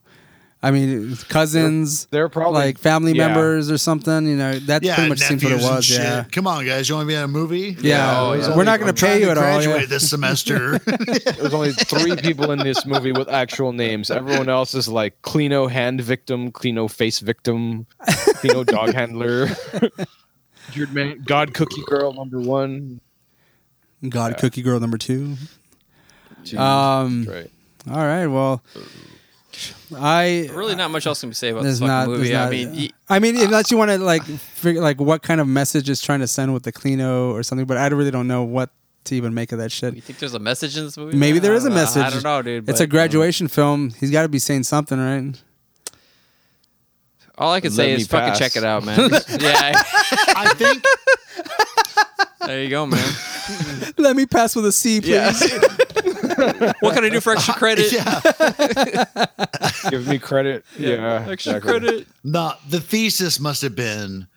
[SPEAKER 3] I mean, cousins,
[SPEAKER 4] They're probably
[SPEAKER 3] like family
[SPEAKER 4] yeah.
[SPEAKER 3] members or something. You know, that
[SPEAKER 2] Yeah,
[SPEAKER 3] pretty much seems what it
[SPEAKER 2] nephews and
[SPEAKER 3] was.
[SPEAKER 2] shit.
[SPEAKER 3] Yeah.
[SPEAKER 2] Come on, guys, you want to be in a movie?
[SPEAKER 3] Yeah,
[SPEAKER 5] oh, yeah.
[SPEAKER 3] we're not going
[SPEAKER 2] I'm
[SPEAKER 3] to pay
[SPEAKER 2] trying
[SPEAKER 3] you at all.
[SPEAKER 2] graduate
[SPEAKER 3] yeah.
[SPEAKER 2] this semester.
[SPEAKER 4] There's only
[SPEAKER 5] (laughs)
[SPEAKER 4] three people in this movie with actual names. Everyone else is like Clino hand victim, Clino face victim, Clino dog (laughs) handler, Injured man, God cookie girl number one.
[SPEAKER 3] God, Cookie Girl number two.
[SPEAKER 5] Mm-hmm.
[SPEAKER 4] Jesus
[SPEAKER 3] Um,
[SPEAKER 4] Christ.
[SPEAKER 3] All right. Well, I
[SPEAKER 5] really, not much else can be said about this
[SPEAKER 3] there's not.
[SPEAKER 5] fucking movie.
[SPEAKER 3] there's
[SPEAKER 5] I
[SPEAKER 3] not-
[SPEAKER 5] mean, y-
[SPEAKER 3] I mean, unless you want to like figure like what kind of message is trying to send with the Clino or something, but I really don't know what to even make of that shit.
[SPEAKER 5] you think there's a message in this movie?
[SPEAKER 3] Maybe
[SPEAKER 5] man?
[SPEAKER 3] there
[SPEAKER 5] I
[SPEAKER 3] is a
[SPEAKER 5] don't know.
[SPEAKER 3] message.
[SPEAKER 5] I don't know, dude.
[SPEAKER 3] It's
[SPEAKER 5] but,
[SPEAKER 3] a graduation film. He's got to be saying something, right?
[SPEAKER 5] uh, all I can
[SPEAKER 4] Let
[SPEAKER 5] say
[SPEAKER 4] me
[SPEAKER 5] is fucking
[SPEAKER 4] pass.
[SPEAKER 5] check it out, (laughs) man. yeah,
[SPEAKER 2] (laughs) I think
[SPEAKER 5] there you go, man.
[SPEAKER 3] Let me pass with a C, please.
[SPEAKER 5] (laughs)
[SPEAKER 3] (laughs)
[SPEAKER 5] Yeah. (laughs) what can I do for extra credit?
[SPEAKER 2] yeah.
[SPEAKER 4] Give me credit.
[SPEAKER 5] (laughs)
[SPEAKER 4] Yeah,
[SPEAKER 5] extra
[SPEAKER 4] exactly.
[SPEAKER 5] credit.
[SPEAKER 2] No, the thesis must have been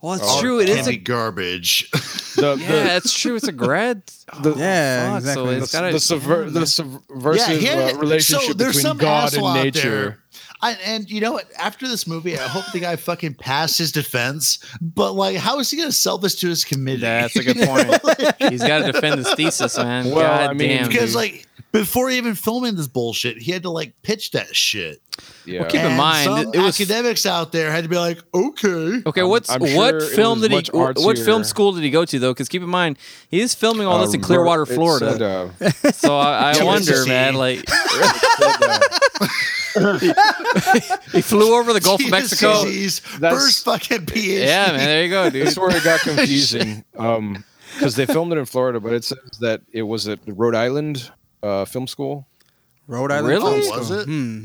[SPEAKER 5] Well, it's
[SPEAKER 4] Oh,
[SPEAKER 5] true. It
[SPEAKER 2] can
[SPEAKER 5] is
[SPEAKER 2] be
[SPEAKER 5] a
[SPEAKER 2] garbage.
[SPEAKER 4] The,
[SPEAKER 5] yeah, it's true. It's a grad.
[SPEAKER 4] the, the,
[SPEAKER 3] Yeah,
[SPEAKER 5] Fuck, so
[SPEAKER 3] exactly.
[SPEAKER 5] it's
[SPEAKER 4] the,
[SPEAKER 5] gotta-
[SPEAKER 4] the, subver- the subversive
[SPEAKER 2] here-
[SPEAKER 4] uh, relationship between God
[SPEAKER 2] asshole
[SPEAKER 4] and
[SPEAKER 2] out
[SPEAKER 4] nature.
[SPEAKER 2] I, and you know what? After this movie, I hope the guy fucking passed his defense. But like, how is he going to sell this to his committee? (laughs)
[SPEAKER 5] That's (laughs) a good point. (laughs) He's got to defend his thesis, man.
[SPEAKER 4] Well,
[SPEAKER 5] God
[SPEAKER 4] I mean,
[SPEAKER 5] damn,
[SPEAKER 2] because
[SPEAKER 5] dude.
[SPEAKER 2] like before even filming this bullshit, he had to like pitch that shit.
[SPEAKER 4] Yeah.
[SPEAKER 5] keep in
[SPEAKER 2] And
[SPEAKER 5] mind,
[SPEAKER 2] some
[SPEAKER 5] it was-
[SPEAKER 2] academics out there had to be like, okay,
[SPEAKER 5] Okay,
[SPEAKER 4] I'm-
[SPEAKER 5] what's
[SPEAKER 4] I'm
[SPEAKER 5] what
[SPEAKER 4] sure it
[SPEAKER 5] film
[SPEAKER 4] was
[SPEAKER 5] did he?
[SPEAKER 4] much
[SPEAKER 5] wh- What film
[SPEAKER 4] artsier.
[SPEAKER 5] school did he go to though? Because keep in mind, he is filming all this in Clearwater,
[SPEAKER 4] Um, It's,
[SPEAKER 5] Florida.
[SPEAKER 4] uh,
[SPEAKER 5] (laughs) So I, I
[SPEAKER 2] TSC.
[SPEAKER 5] wonder, man. Like, he flew over
[SPEAKER 2] (laughs)
[SPEAKER 5] the Gulf of Mexico.
[SPEAKER 2] He's
[SPEAKER 4] That's-
[SPEAKER 2] first fucking PhD.
[SPEAKER 5] Yeah, man. There you go, dude.
[SPEAKER 4] That's where it
[SPEAKER 3] (laughs)
[SPEAKER 4] got
[SPEAKER 3] Oh,
[SPEAKER 4] confusing. Um 'cause because they filmed it in Florida, but it says that it was at Rhode Island uh, film school.
[SPEAKER 3] Rhode Island.
[SPEAKER 5] Really?
[SPEAKER 3] Film
[SPEAKER 2] Oh,
[SPEAKER 3] School.
[SPEAKER 2] was it?
[SPEAKER 3] Hmm.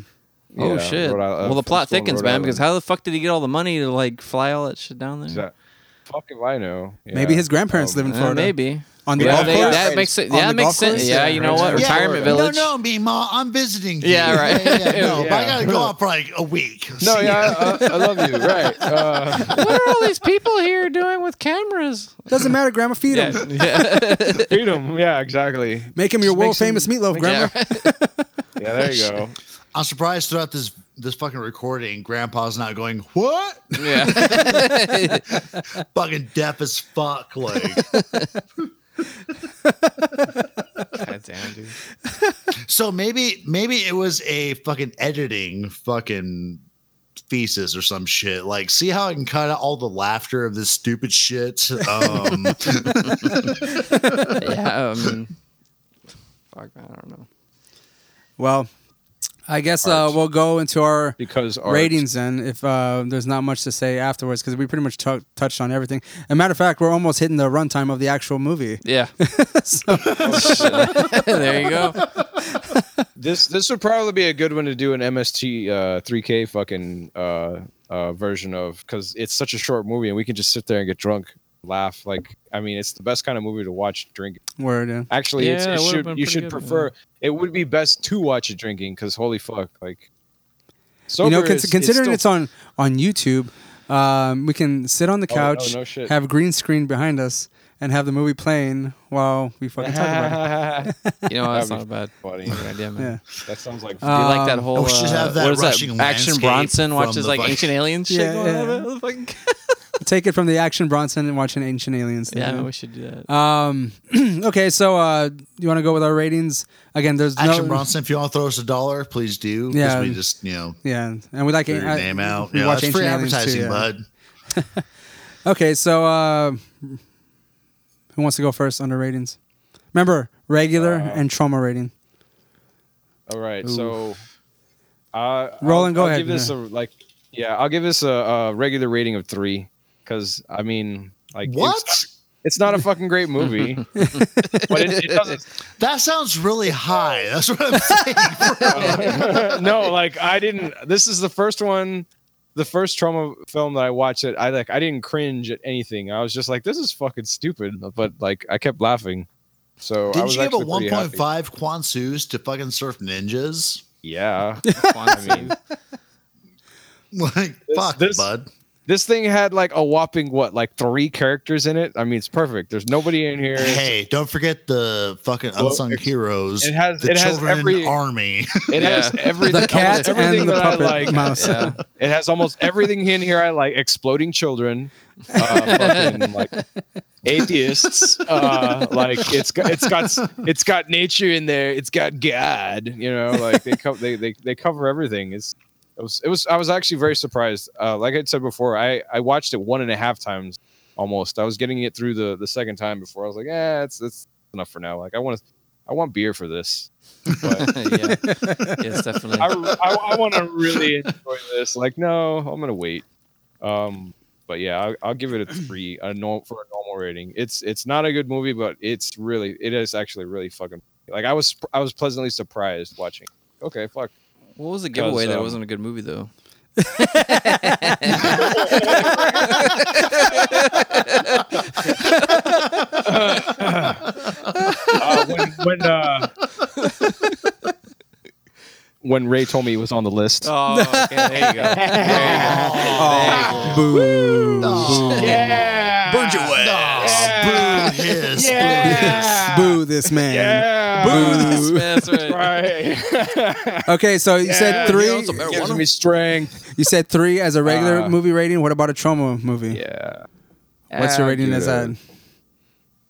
[SPEAKER 5] Oh
[SPEAKER 4] Yeah,
[SPEAKER 5] shit!
[SPEAKER 4] Rhode Island-
[SPEAKER 5] well, the
[SPEAKER 4] film
[SPEAKER 5] plot
[SPEAKER 4] school in
[SPEAKER 5] thickens,
[SPEAKER 4] Rhode
[SPEAKER 5] man.
[SPEAKER 4] Island.
[SPEAKER 5] Because how the fuck did he get all the money to like fly all that shit down there?
[SPEAKER 4] Is that- fuck if I know.
[SPEAKER 3] Maybe
[SPEAKER 4] Yeah.
[SPEAKER 3] his grandparents
[SPEAKER 4] Um,
[SPEAKER 3] live in
[SPEAKER 5] Uh,
[SPEAKER 3] Florida.
[SPEAKER 5] maybe.
[SPEAKER 3] On the
[SPEAKER 4] Yeah,
[SPEAKER 5] Well,
[SPEAKER 3] golf
[SPEAKER 5] they,
[SPEAKER 3] course.
[SPEAKER 5] that makes sense.
[SPEAKER 3] On
[SPEAKER 5] Yeah,
[SPEAKER 3] the
[SPEAKER 5] that makes
[SPEAKER 3] golf
[SPEAKER 5] sense.
[SPEAKER 3] course?
[SPEAKER 5] Yeah,
[SPEAKER 3] Yeah,
[SPEAKER 5] you know
[SPEAKER 3] right.
[SPEAKER 5] what?
[SPEAKER 3] Yeah.
[SPEAKER 5] Retirement
[SPEAKER 4] Florida.
[SPEAKER 5] village.
[SPEAKER 2] No, no, me, ma. I'm visiting. you.
[SPEAKER 5] Yeah, right.
[SPEAKER 2] Yeah, yeah, no,
[SPEAKER 4] (laughs) Yeah.
[SPEAKER 2] but I gotta go out for like a week.
[SPEAKER 4] No,
[SPEAKER 2] See ya.
[SPEAKER 4] yeah, I, I, I love you.
[SPEAKER 3] (laughs)
[SPEAKER 4] Right. Uh,
[SPEAKER 5] What are all these people here doing with cameras?
[SPEAKER 3] Doesn't matter, Grandma. Feed (laughs) him.
[SPEAKER 5] (laughs) Yeah, yeah.
[SPEAKER 4] freedom. Yeah, exactly.
[SPEAKER 3] Make him your
[SPEAKER 4] Just make
[SPEAKER 3] world famous
[SPEAKER 4] some-
[SPEAKER 3] meatloaf, Grandma.
[SPEAKER 4] Yeah, there you go.
[SPEAKER 2] I'm surprised throughout this this fucking recording, Grandpa's not going what?
[SPEAKER 5] (laughs)
[SPEAKER 2] (laughs)
[SPEAKER 5] yeah.
[SPEAKER 2] fucking deaf as fuck. Like,
[SPEAKER 4] (laughs)
[SPEAKER 5] God damn, dude.
[SPEAKER 2] so maybe maybe it was a fucking editing fucking thesis or some shit. Like, see how I can cut out all the laughter of this stupid
[SPEAKER 5] (laughs)
[SPEAKER 2] shit. Um,
[SPEAKER 5] Yeah, um, I mean, fuck, man, I don't know.
[SPEAKER 3] Well, I guess uh, we'll go into our
[SPEAKER 4] Because art.
[SPEAKER 3] ratings then if uh, there's not much to say afterwards because we pretty much tou- touched on everything. And matter of fact, we're almost hitting the runtime of the
[SPEAKER 4] (laughs)
[SPEAKER 3] actual movie.
[SPEAKER 5] Yeah. (laughs)
[SPEAKER 3] So-
[SPEAKER 5] there you go.
[SPEAKER 4] This this would probably be a good one to do an MST uh, 3K fucking uh, uh, version of because it's such a short movie and we can just sit there and get drunk, laugh. Like I mean, it's the best kind of movie to watch drink.
[SPEAKER 3] Word. yeah.
[SPEAKER 4] Actually, it's, it
[SPEAKER 5] Yeah, it would've
[SPEAKER 4] should
[SPEAKER 5] been
[SPEAKER 4] you
[SPEAKER 5] pretty
[SPEAKER 4] should
[SPEAKER 5] good,
[SPEAKER 4] prefer. It would be best to watch it drinking because holy fuck, like.
[SPEAKER 3] You know,
[SPEAKER 4] sober
[SPEAKER 3] cons-
[SPEAKER 4] is-
[SPEAKER 3] considering
[SPEAKER 4] still
[SPEAKER 3] it's, on on YouTube, um, we can sit on the
[SPEAKER 4] Oh, oh,
[SPEAKER 3] couch,
[SPEAKER 4] no shit.
[SPEAKER 3] have a green screen behind us, and have the movie playing while we fucking talk about it.
[SPEAKER 5] You know, that's
[SPEAKER 4] That'd
[SPEAKER 5] not
[SPEAKER 4] be
[SPEAKER 5] a bad
[SPEAKER 4] (laughs) funny.
[SPEAKER 5] fucking idea, man.
[SPEAKER 3] Yeah.
[SPEAKER 4] That sounds
[SPEAKER 3] (laughs)
[SPEAKER 4] like
[SPEAKER 5] Do you like
[SPEAKER 3] Um,
[SPEAKER 5] that whole
[SPEAKER 2] we should
[SPEAKER 5] uh,
[SPEAKER 2] have that
[SPEAKER 5] what is
[SPEAKER 2] rushing
[SPEAKER 5] Action
[SPEAKER 2] landscape
[SPEAKER 5] Bronson
[SPEAKER 2] from
[SPEAKER 5] watches
[SPEAKER 2] the
[SPEAKER 5] like
[SPEAKER 2] fucking-
[SPEAKER 5] ancient aliens shit
[SPEAKER 3] Yeah,
[SPEAKER 5] going on.
[SPEAKER 3] yeah.
[SPEAKER 5] man? The fucking-
[SPEAKER 4] (laughs)
[SPEAKER 3] Take it from the action Bronson and watching Ancient Aliens.
[SPEAKER 5] Yeah,
[SPEAKER 3] thing.
[SPEAKER 5] we should do that.
[SPEAKER 3] Um, (clears throat) okay, so uh, you want to go with our ratings again? There's
[SPEAKER 2] Action
[SPEAKER 3] no,
[SPEAKER 2] Bronson, if you want to throw us a dollar, please do. 'cause
[SPEAKER 3] Yeah.
[SPEAKER 2] we just you know.
[SPEAKER 3] Yeah, and we like
[SPEAKER 2] Throw your
[SPEAKER 3] I-
[SPEAKER 2] name out.
[SPEAKER 3] we
[SPEAKER 2] Yeah,
[SPEAKER 3] watch
[SPEAKER 2] that's free
[SPEAKER 3] Ancient Aliens
[SPEAKER 2] advertising,
[SPEAKER 3] too, yeah.
[SPEAKER 2] bud.
[SPEAKER 3] Okay, so uh, who wants to go first under ratings? Remember, regular
[SPEAKER 2] Uh,
[SPEAKER 3] and trauma rating.
[SPEAKER 4] all right. So, uh,
[SPEAKER 3] Roland,
[SPEAKER 4] I'll, I'll
[SPEAKER 3] go ahead.
[SPEAKER 4] Give this
[SPEAKER 3] Yeah.
[SPEAKER 4] a like, yeah, I'll give this a, a regular rating of three because I mean, like, it's- (laughs)
[SPEAKER 2] What?
[SPEAKER 4] It's not a fucking great
[SPEAKER 3] (laughs)
[SPEAKER 4] movie, but it, it doesn't.
[SPEAKER 2] That sounds really high.
[SPEAKER 4] (laughs)
[SPEAKER 2] That's what I'm saying.
[SPEAKER 4] no, like I didn't. This is the first one the first trauma film that I watched it, I like I didn't cringe at anything. I was just like, this is fucking stupid, but like I kept laughing. So I
[SPEAKER 2] Didn't
[SPEAKER 4] was
[SPEAKER 2] she give a
[SPEAKER 4] actually pretty happy.
[SPEAKER 2] 1.5 Quan Sus to fucking surf ninjas? (laughs)
[SPEAKER 5] (laughs)
[SPEAKER 4] Yeah.
[SPEAKER 5] I mean,
[SPEAKER 2] Like, fuck,
[SPEAKER 4] this-
[SPEAKER 2] bud.
[SPEAKER 4] This thing had like a whopping what, like three characters in it. I mean, it's perfect. There's nobody in here.
[SPEAKER 2] Hey, don't forget the fucking
[SPEAKER 4] Well,
[SPEAKER 2] unsung
[SPEAKER 4] it's-
[SPEAKER 2] heroes.
[SPEAKER 4] it has-
[SPEAKER 2] the
[SPEAKER 4] it has
[SPEAKER 2] children
[SPEAKER 4] every-
[SPEAKER 2] army. (laughs)
[SPEAKER 4] It has
[SPEAKER 5] Yeah.
[SPEAKER 4] everything.
[SPEAKER 3] the
[SPEAKER 4] almost
[SPEAKER 3] cat
[SPEAKER 4] everything
[SPEAKER 3] and the
[SPEAKER 4] that
[SPEAKER 3] puppet
[SPEAKER 4] I like.
[SPEAKER 3] mouse.
[SPEAKER 5] yeah.
[SPEAKER 4] It has almost everything in here I like: exploding children,
[SPEAKER 5] (laughs)
[SPEAKER 4] uh, fucking, like atheists. Uh, like it's got it's got it's got nature in there. It's got God. You know, like they co- they, they they cover everything. It's it was it was I was actually very surprised. Uh, like I said before, I I watched it one and a half times almost. I was getting it through the the second time before I was like, yeah, it's that's enough for now. Like I want to I want beer for this. But
[SPEAKER 5] (laughs) yeah. Yes, definitely.
[SPEAKER 4] I, I, want to really enjoy this. Like, no, I'm gonna wait. Um, but yeah, I'll, I'll give it a three, a norm for a normal rating. It's it's not a good movie, but it's really it is actually really fucking like I was I was pleasantly surprised watching. Okay, fuck.
[SPEAKER 5] What was the giveaway that it
[SPEAKER 4] um,
[SPEAKER 5] wasn't a good
[SPEAKER 3] (laughs)
[SPEAKER 5] movie though?
[SPEAKER 4] Uh, when when uh, (laughs) when Ray told me he was on the list.
[SPEAKER 5] Oh, okay, there you go.
[SPEAKER 4] (laughs)
[SPEAKER 3] Oh, boo.
[SPEAKER 2] Oh,
[SPEAKER 3] Boo.
[SPEAKER 4] yeah,
[SPEAKER 2] Burned your
[SPEAKER 4] Ah, Yeah.
[SPEAKER 2] (laughs) Boo his.
[SPEAKER 4] Yeah.
[SPEAKER 3] Boo this man.
[SPEAKER 4] Yeah.
[SPEAKER 3] Boo.
[SPEAKER 5] That's right.
[SPEAKER 4] Right. (laughs)
[SPEAKER 3] Okay, so you
[SPEAKER 4] Yeah.
[SPEAKER 3] said three.
[SPEAKER 4] It Gives me strength.
[SPEAKER 3] You said three as a regular
[SPEAKER 4] Uh,
[SPEAKER 3] movie rating. What about a trauma movie?
[SPEAKER 4] (laughs) Yeah.
[SPEAKER 3] What's
[SPEAKER 5] Uh,
[SPEAKER 3] your
[SPEAKER 4] Ah,
[SPEAKER 3] rating
[SPEAKER 4] dude,
[SPEAKER 3] as that?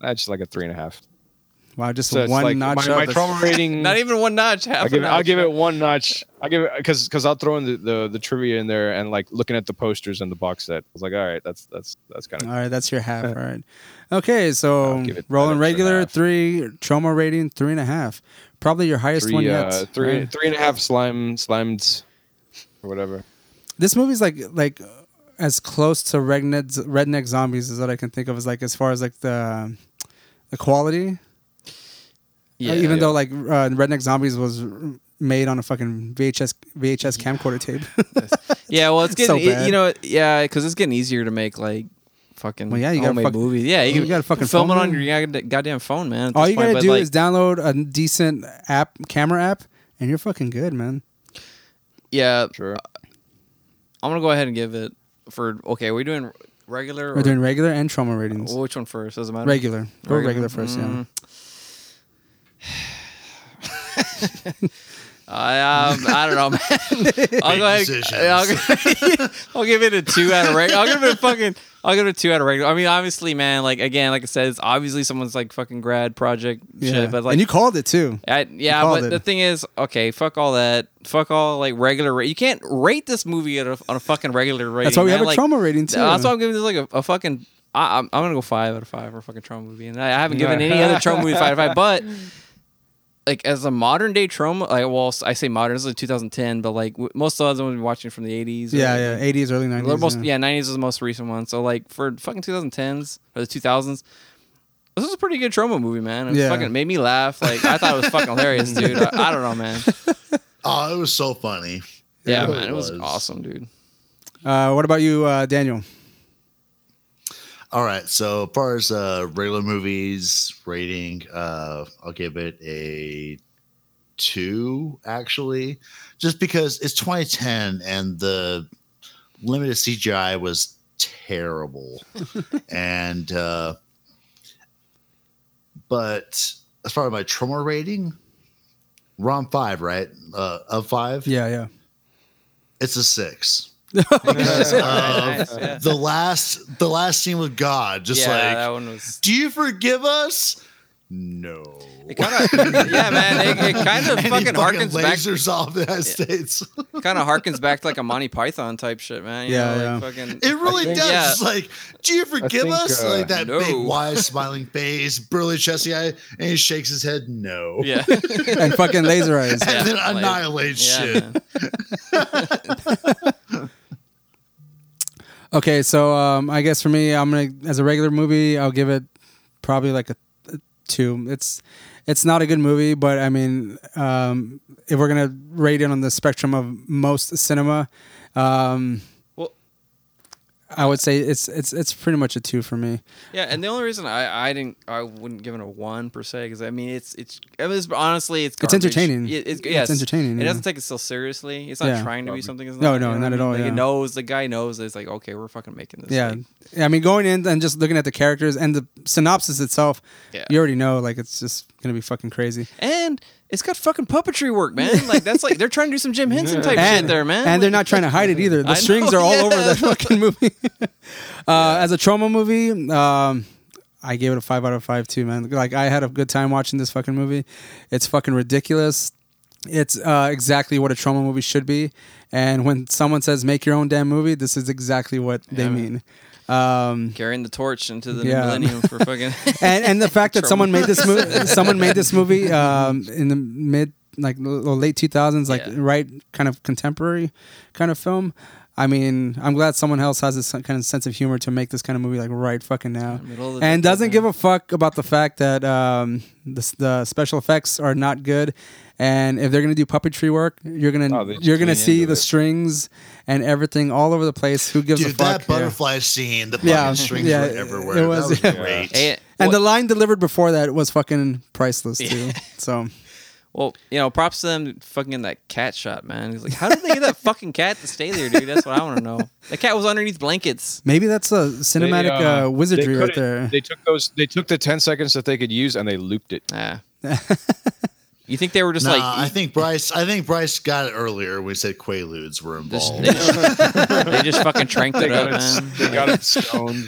[SPEAKER 4] That's just like a three and a half.
[SPEAKER 3] Wow, just
[SPEAKER 4] So it's
[SPEAKER 3] one
[SPEAKER 4] like
[SPEAKER 3] notch
[SPEAKER 4] my,
[SPEAKER 3] up.
[SPEAKER 4] my
[SPEAKER 3] That's-
[SPEAKER 4] trauma
[SPEAKER 3] (laughs)
[SPEAKER 4] rating.
[SPEAKER 5] Not even one notch. Half
[SPEAKER 4] I'll give, it,
[SPEAKER 5] a
[SPEAKER 4] I'll
[SPEAKER 5] notch.
[SPEAKER 4] give it one notch. I'll give it because because I'll throw in the, the the trivia in there and like looking at the posters and the box set. I was like, all right, that's that's that's kind
[SPEAKER 3] All
[SPEAKER 4] of
[SPEAKER 3] right, that's
[SPEAKER 4] (laughs)
[SPEAKER 3] your half. All right. Okay, so
[SPEAKER 4] I'll give it that
[SPEAKER 3] rolling
[SPEAKER 4] extra
[SPEAKER 3] regular
[SPEAKER 4] half.
[SPEAKER 3] three, trauma rating three and a half. Probably your highest one
[SPEAKER 4] three
[SPEAKER 3] yet.
[SPEAKER 4] uh, three
[SPEAKER 3] right?
[SPEAKER 4] three and a half slime slimed or whatever.
[SPEAKER 3] This movie's like like as close to redneck redneck zombies as what I can think of as like as far as like the the quality. Uh, even though like uh, redneck zombies was made on a fucking VHS VHS
[SPEAKER 4] (laughs)
[SPEAKER 3] camcorder tape. (laughs)
[SPEAKER 5] Yeah, well, it's
[SPEAKER 3] So
[SPEAKER 5] getting e-
[SPEAKER 3] bad.
[SPEAKER 5] you know, yeah, because it's getting easier to make like fucking
[SPEAKER 3] Well, yeah, you gotta
[SPEAKER 5] homemade
[SPEAKER 3] fuck-
[SPEAKER 5] movies. Yeah,
[SPEAKER 3] you
[SPEAKER 5] can
[SPEAKER 3] gotta fucking
[SPEAKER 5] film it
[SPEAKER 3] phone
[SPEAKER 5] on
[SPEAKER 3] them.
[SPEAKER 5] your god- goddamn phone, man. at
[SPEAKER 3] All
[SPEAKER 5] this
[SPEAKER 3] you
[SPEAKER 5] point,
[SPEAKER 3] gotta
[SPEAKER 5] but,
[SPEAKER 3] do
[SPEAKER 5] like,
[SPEAKER 3] is download a decent app, camera app, and you're fucking good, man.
[SPEAKER 5] yeah,
[SPEAKER 4] Sure.
[SPEAKER 3] Uh,
[SPEAKER 4] (laughs)
[SPEAKER 5] I'm gonna go ahead and give it for okay. We're doing regular.
[SPEAKER 3] We're
[SPEAKER 5] or-
[SPEAKER 3] doing regular and trauma ratings.
[SPEAKER 5] well, which one first? Doesn't matter.
[SPEAKER 3] Regular. Go
[SPEAKER 5] Regular?
[SPEAKER 3] regular, first,
[SPEAKER 4] Mm,
[SPEAKER 3] yeah.
[SPEAKER 5] Mm. (sighs) I um, I don't know, (laughs) man. I'll go ahead.
[SPEAKER 2] decisions.
[SPEAKER 5] I'll, go- (laughs) I'll give it a two out of regular. I'll give it a fucking. I'll give it a two out of regular. I mean, obviously, man. Like again, like I said, it's obviously someone's like fucking grad project
[SPEAKER 3] Yeah.
[SPEAKER 5] shit. But like,
[SPEAKER 3] and you called it too.
[SPEAKER 5] I, yeah,
[SPEAKER 3] called
[SPEAKER 5] but
[SPEAKER 3] it.
[SPEAKER 5] the thing is, okay, fuck all that. Fuck all like regular. Ra- you can't rate this movie at a, on a fucking regular rating.
[SPEAKER 3] That's why we
[SPEAKER 5] man.
[SPEAKER 3] have a
[SPEAKER 5] Like,
[SPEAKER 3] trauma rating too.
[SPEAKER 5] That's why I'm giving this like a, a fucking. I, I'm, I'm gonna go five out of five for a fucking trauma movie, and I, I haven't given any other trauma movie five out
[SPEAKER 3] (laughs)
[SPEAKER 5] of five. But like as a modern day trauma, like well, I say modern. This is 2010, but like w- most of the ones we've been watching from the 80s. or-
[SPEAKER 3] yeah, yeah. Eighties, early
[SPEAKER 5] the
[SPEAKER 3] nineties.
[SPEAKER 5] most- yeah. 90s was the most recent one. So like for fucking 2010s or the 2000s, this was a pretty good trauma movie, man. It was
[SPEAKER 3] Yeah.
[SPEAKER 5] fucking made me laugh. Like I thought it was
[SPEAKER 3] (laughs)
[SPEAKER 5] fucking hilarious, dude. I, I don't know, man.
[SPEAKER 2] Oh, it was so funny.
[SPEAKER 5] Yeah,
[SPEAKER 2] it
[SPEAKER 5] man, it was
[SPEAKER 2] was.
[SPEAKER 5] awesome, dude.
[SPEAKER 3] Uh, what about you, uh, Daniel?
[SPEAKER 2] All right. So, as far as uh, regular movies rating, uh, I'll give it a two, actually, just because it's 2010 and the limited CGI was terrible. and, uh, but as far as my trauma rating, ROM 5, right? Uh, of 5,
[SPEAKER 3] Yeah, yeah.
[SPEAKER 2] it's a 6.
[SPEAKER 4] uh,
[SPEAKER 5] Nice,
[SPEAKER 2] Um,
[SPEAKER 5] (laughs) yeah.
[SPEAKER 2] the last the last scene with God, just
[SPEAKER 5] yeah,
[SPEAKER 2] like
[SPEAKER 5] that one was.
[SPEAKER 2] do you forgive us? No.
[SPEAKER 5] It kind
[SPEAKER 3] (laughs)
[SPEAKER 5] of, yeah, man. It, it kind of
[SPEAKER 2] And he
[SPEAKER 5] fucking harkens back,
[SPEAKER 2] lasers off the United
[SPEAKER 5] (laughs)
[SPEAKER 2] States.
[SPEAKER 5] kind of harkens back to like a Monty Python type shit, man. You
[SPEAKER 3] Yeah,
[SPEAKER 5] know, like fucking.
[SPEAKER 2] It really
[SPEAKER 4] think-
[SPEAKER 2] does.
[SPEAKER 5] yeah.
[SPEAKER 2] It's Like, do you forgive
[SPEAKER 4] think,
[SPEAKER 2] us?
[SPEAKER 4] uh,
[SPEAKER 2] like that
[SPEAKER 5] no.
[SPEAKER 2] big,
[SPEAKER 5] (laughs)
[SPEAKER 2] wide, smiling face, burly, chesty eye, and he shakes his head no.
[SPEAKER 5] (laughs)
[SPEAKER 3] (laughs)
[SPEAKER 5] yeah,
[SPEAKER 3] (laughs) And fucking laser
[SPEAKER 2] And
[SPEAKER 3] eyes.
[SPEAKER 2] (laughs) then
[SPEAKER 5] like-
[SPEAKER 2] annihilates
[SPEAKER 5] yeah,
[SPEAKER 2] shit.
[SPEAKER 5] man.
[SPEAKER 3] Okay, so um, I guess for me, I'm gonna as a regular movie, I'll give it probably like a, a two. It's it's not a good movie, but I mean, um, if we're gonna rate it on the spectrum of most cinema, um, I would say it's it's it's pretty much a two for me.
[SPEAKER 5] Yeah, and the only reason I, I didn't I wouldn't give it a one per se because I mean it's it's it was honestly it's
[SPEAKER 3] It's
[SPEAKER 5] garbage.
[SPEAKER 3] entertaining.
[SPEAKER 5] It, it's,
[SPEAKER 3] It's
[SPEAKER 5] yes.
[SPEAKER 3] entertaining,
[SPEAKER 5] It
[SPEAKER 3] yeah.
[SPEAKER 5] doesn't take itself seriously. It's not
[SPEAKER 3] Yeah.
[SPEAKER 5] trying to be something. It's
[SPEAKER 3] No, no,
[SPEAKER 5] not, you know
[SPEAKER 3] not
[SPEAKER 5] what I
[SPEAKER 3] at
[SPEAKER 5] mean?
[SPEAKER 3] all,
[SPEAKER 5] Like,
[SPEAKER 3] yeah.
[SPEAKER 5] It knows the guy knows. It's like okay, we're fucking making this.
[SPEAKER 3] Yeah,
[SPEAKER 5] like,
[SPEAKER 3] I mean, going in and just looking at the characters and the synopsis itself,
[SPEAKER 5] Yeah.
[SPEAKER 3] you already know like it's just gonna be fucking crazy.
[SPEAKER 5] and it's got fucking puppetry
[SPEAKER 3] (laughs)
[SPEAKER 5] work, man. Like that's like they're trying to do some Jim Henson type shit there, man.
[SPEAKER 3] And they're not trying to hide it either. The
[SPEAKER 5] (laughs) I know,
[SPEAKER 3] strings are all over
[SPEAKER 5] yeah.
[SPEAKER 3] the (laughs) fucking movie. uh, As a trauma movie, um, I gave it a five out of five too, man. Like I had a good time watching this fucking movie. It's fucking ridiculous. It's uh, exactly what a trauma movie should be. And when someone says make your own damn movie, this is exactly what they mean.
[SPEAKER 5] carrying the torch into the
[SPEAKER 3] Yeah.
[SPEAKER 5] millennium for fucking.
[SPEAKER 3] (laughs)
[SPEAKER 5] (laughs)
[SPEAKER 3] and and the fact that
[SPEAKER 5] Trauma.
[SPEAKER 3] someone made this movie, someone made this movie um, in the mid like l- l- late two thousands, like
[SPEAKER 5] Yeah.
[SPEAKER 3] right kind of contemporary kind of film. I mean, I'm glad someone else has this kind of sense of humor to make this kind of movie like right fucking now,
[SPEAKER 5] middle of the
[SPEAKER 3] and
[SPEAKER 5] decade,
[SPEAKER 3] doesn't
[SPEAKER 5] man.
[SPEAKER 3] give a fuck about the fact that um, the, s- the special effects are not good. And if they're gonna do puppetry work, you're gonna
[SPEAKER 4] Oh, they just
[SPEAKER 3] you're gonna
[SPEAKER 4] lean
[SPEAKER 3] see
[SPEAKER 4] into
[SPEAKER 3] the
[SPEAKER 4] it.
[SPEAKER 3] strings and everything all over the place. Who gives a
[SPEAKER 2] Dude,
[SPEAKER 3] fuck?
[SPEAKER 2] that butterfly scene, the fucking
[SPEAKER 3] Yeah.
[SPEAKER 2] strings
[SPEAKER 3] Yeah,
[SPEAKER 2] were
[SPEAKER 3] it-
[SPEAKER 2] everywhere.
[SPEAKER 3] it
[SPEAKER 2] that
[SPEAKER 3] was-
[SPEAKER 2] was
[SPEAKER 3] yeah.
[SPEAKER 2] great.
[SPEAKER 5] Hey,
[SPEAKER 3] And
[SPEAKER 5] well-
[SPEAKER 3] the line delivered before that was fucking priceless too. So
[SPEAKER 5] Well, you know, props to them fucking that cat shot, man. He's like, how did they get that fucking cat to stay there, dude? That's what I want to know. The cat was underneath blankets.
[SPEAKER 3] maybe that's a
[SPEAKER 4] They,
[SPEAKER 3] cinematic
[SPEAKER 4] uh,
[SPEAKER 3] uh,
[SPEAKER 4] they
[SPEAKER 3] wizardry right
[SPEAKER 4] couldn't-
[SPEAKER 3] there.
[SPEAKER 4] They took those. They took the ten seconds that they could use and they looped it.
[SPEAKER 3] (laughs)
[SPEAKER 5] Ah. you think they were just
[SPEAKER 2] Nah,
[SPEAKER 5] like,
[SPEAKER 2] I think Bryce. I think Bryce got it earlier when we said quaaludes were
[SPEAKER 5] just,
[SPEAKER 2] involved.
[SPEAKER 5] they, just, they just fucking tranked
[SPEAKER 4] They
[SPEAKER 5] it
[SPEAKER 4] got
[SPEAKER 5] up,
[SPEAKER 4] it. s- (laughs)
[SPEAKER 5] man.
[SPEAKER 4] They got
[SPEAKER 3] (laughs)
[SPEAKER 4] it stoned.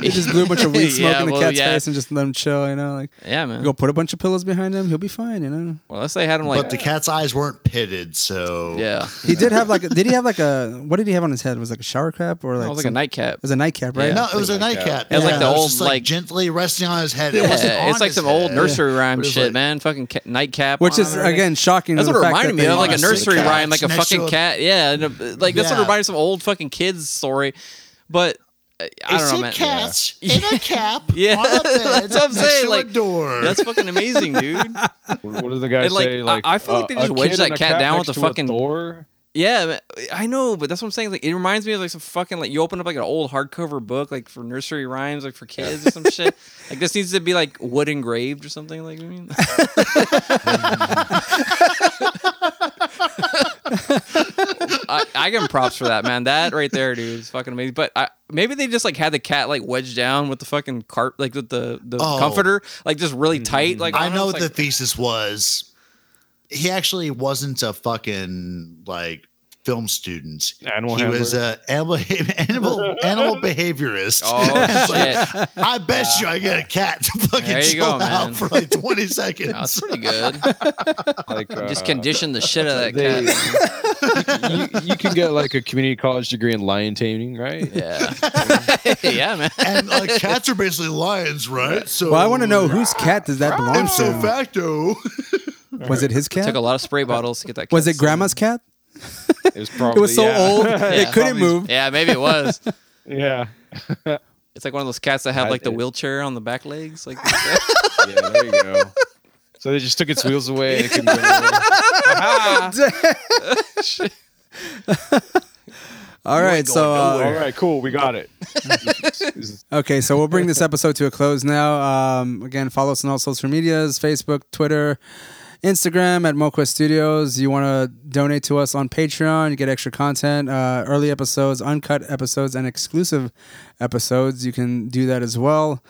[SPEAKER 3] They just blew a bunch of weed smoke
[SPEAKER 5] Yeah,
[SPEAKER 3] in the
[SPEAKER 5] well,
[SPEAKER 3] cat's
[SPEAKER 5] yeah.
[SPEAKER 3] face and just let him chill. You know, like
[SPEAKER 5] Yeah, man.
[SPEAKER 3] go put a bunch of pillows behind him. He'll be fine. You know.
[SPEAKER 5] Well, unless they had him like,
[SPEAKER 2] but the cat's eyes weren't pitted, so (laughs)
[SPEAKER 5] yeah,
[SPEAKER 3] He did have like. Did he have like a? What did he have on his head? Was it like a shower cap or like?
[SPEAKER 5] it was Oh, like a
[SPEAKER 3] some-
[SPEAKER 5] nightcap.
[SPEAKER 3] It was a nightcap, right?
[SPEAKER 5] Yeah.
[SPEAKER 2] No, it was a
[SPEAKER 4] Something like that.
[SPEAKER 2] nightcap.
[SPEAKER 5] It was like the
[SPEAKER 2] it
[SPEAKER 5] old,
[SPEAKER 2] just,
[SPEAKER 5] like-
[SPEAKER 2] gently resting on his head. It wasn't
[SPEAKER 5] Yeah,
[SPEAKER 2] on
[SPEAKER 5] it's like
[SPEAKER 2] his
[SPEAKER 5] some old
[SPEAKER 2] head.
[SPEAKER 5] nursery rhyme
[SPEAKER 2] But it was
[SPEAKER 5] shit,
[SPEAKER 2] like-
[SPEAKER 5] man. Fucking ca- nightcap.
[SPEAKER 3] Which
[SPEAKER 5] on
[SPEAKER 3] is
[SPEAKER 5] and everything.
[SPEAKER 3] again shocking.
[SPEAKER 5] That's
[SPEAKER 3] to
[SPEAKER 5] what
[SPEAKER 3] Mm, the
[SPEAKER 5] it
[SPEAKER 3] fact
[SPEAKER 5] reminded
[SPEAKER 3] that
[SPEAKER 5] me
[SPEAKER 3] they-
[SPEAKER 5] of, like a
[SPEAKER 2] honestly
[SPEAKER 5] nursery
[SPEAKER 2] cats
[SPEAKER 5] rhyme, like a
[SPEAKER 2] next
[SPEAKER 5] fucking
[SPEAKER 2] to a-
[SPEAKER 5] cat. Yeah, and a- like that's what
[SPEAKER 2] Yeah.
[SPEAKER 5] reminded me of some old fucking kids story. But uh, I
[SPEAKER 2] It's
[SPEAKER 5] don't know,
[SPEAKER 2] a
[SPEAKER 5] man. (laughs)
[SPEAKER 2] cat in a cap.
[SPEAKER 5] Yeah.
[SPEAKER 2] on a bed,
[SPEAKER 5] (laughs) That's what I'm
[SPEAKER 2] next
[SPEAKER 5] saying,
[SPEAKER 2] to a
[SPEAKER 5] like,
[SPEAKER 2] door.
[SPEAKER 5] That's fucking amazing, dude.
[SPEAKER 4] What what did the guy
[SPEAKER 5] And, like,
[SPEAKER 4] say?
[SPEAKER 5] I-
[SPEAKER 4] Like uh,
[SPEAKER 5] I feel like they
[SPEAKER 4] a
[SPEAKER 5] just wedged
[SPEAKER 4] kid
[SPEAKER 5] that
[SPEAKER 4] and a
[SPEAKER 5] cat down with
[SPEAKER 4] next
[SPEAKER 5] a
[SPEAKER 4] to
[SPEAKER 5] fucking-
[SPEAKER 4] door.
[SPEAKER 5] Yeah, man, I know, but that's what I'm saying. Like, it reminds me of like some fucking like you open up like an old hardcover book like for nursery rhymes like for kids or some shit. (laughs) Like this needs to be like wood engraved or something. Like I mean, I, I give him props for that, man. That right there, dude, is fucking amazing. But I, maybe they just like had the cat like wedged down with the fucking cart, like with the the
[SPEAKER 2] Oh.
[SPEAKER 5] comforter, like just really tight. Like
[SPEAKER 2] I
[SPEAKER 5] on it.
[SPEAKER 2] know
[SPEAKER 5] It's
[SPEAKER 2] what the
[SPEAKER 5] like,
[SPEAKER 2] thesis was. He actually wasn't a fucking like film student.
[SPEAKER 4] Animal
[SPEAKER 2] he was a animal animal, animal
[SPEAKER 4] (laughs)
[SPEAKER 2] behaviorist. (laughs)
[SPEAKER 5] Oh (laughs) shit!
[SPEAKER 2] I bet you I get a cat to fucking
[SPEAKER 5] There you
[SPEAKER 2] chill
[SPEAKER 5] go,
[SPEAKER 2] out
[SPEAKER 5] man.
[SPEAKER 2] for like 20
[SPEAKER 5] That's
[SPEAKER 2] seconds.
[SPEAKER 5] pretty good.
[SPEAKER 4] like, uh,
[SPEAKER 5] (laughs) Just condition the shit out of
[SPEAKER 4] they-
[SPEAKER 5] that cat.
[SPEAKER 4] you,
[SPEAKER 5] (laughs)
[SPEAKER 4] you can get like a community college degree in lion taming, right?
[SPEAKER 5] Yeah. (laughs) yeah, man.
[SPEAKER 2] and like cats are basically lions, right? So
[SPEAKER 3] Well, I want to know whose cat does that belong
[SPEAKER 2] ipso
[SPEAKER 3] to?
[SPEAKER 2] facto.
[SPEAKER 3] Was it his
[SPEAKER 5] Took
[SPEAKER 3] cat?
[SPEAKER 5] a lot of spray bottles to get that.
[SPEAKER 3] Was
[SPEAKER 5] cat
[SPEAKER 3] it grandma's cat?
[SPEAKER 4] It was probably
[SPEAKER 3] It was so
[SPEAKER 4] yeah.
[SPEAKER 5] (laughs)
[SPEAKER 3] old
[SPEAKER 5] Yeah.
[SPEAKER 3] it couldn't
[SPEAKER 4] Probably-
[SPEAKER 3] move.
[SPEAKER 5] sold. Yeah, maybe
[SPEAKER 3] (laughs)
[SPEAKER 5] it was.
[SPEAKER 4] (laughs) Yeah.
[SPEAKER 5] It's like one of those cats that have
[SPEAKER 4] I-
[SPEAKER 5] like the
[SPEAKER 4] it-
[SPEAKER 5] wheelchair on the back legs. Like
[SPEAKER 4] Yeah, there you go. So they just took its wheels away and it couldn't go
[SPEAKER 5] (laughs)
[SPEAKER 3] (laughs) All right, so uh,
[SPEAKER 4] All right, cool. We got
[SPEAKER 5] (laughs)
[SPEAKER 4] it. It's
[SPEAKER 3] Okay, so we'll bring this episode to a close now. Um, again, follow us on all social medias Facebook, Twitter, Instagram at MoQuest Studios. You want to donate to us on Patreon, you get extra content, uh, early episodes, uncut episodes, and exclusive episodes. You can do that as well.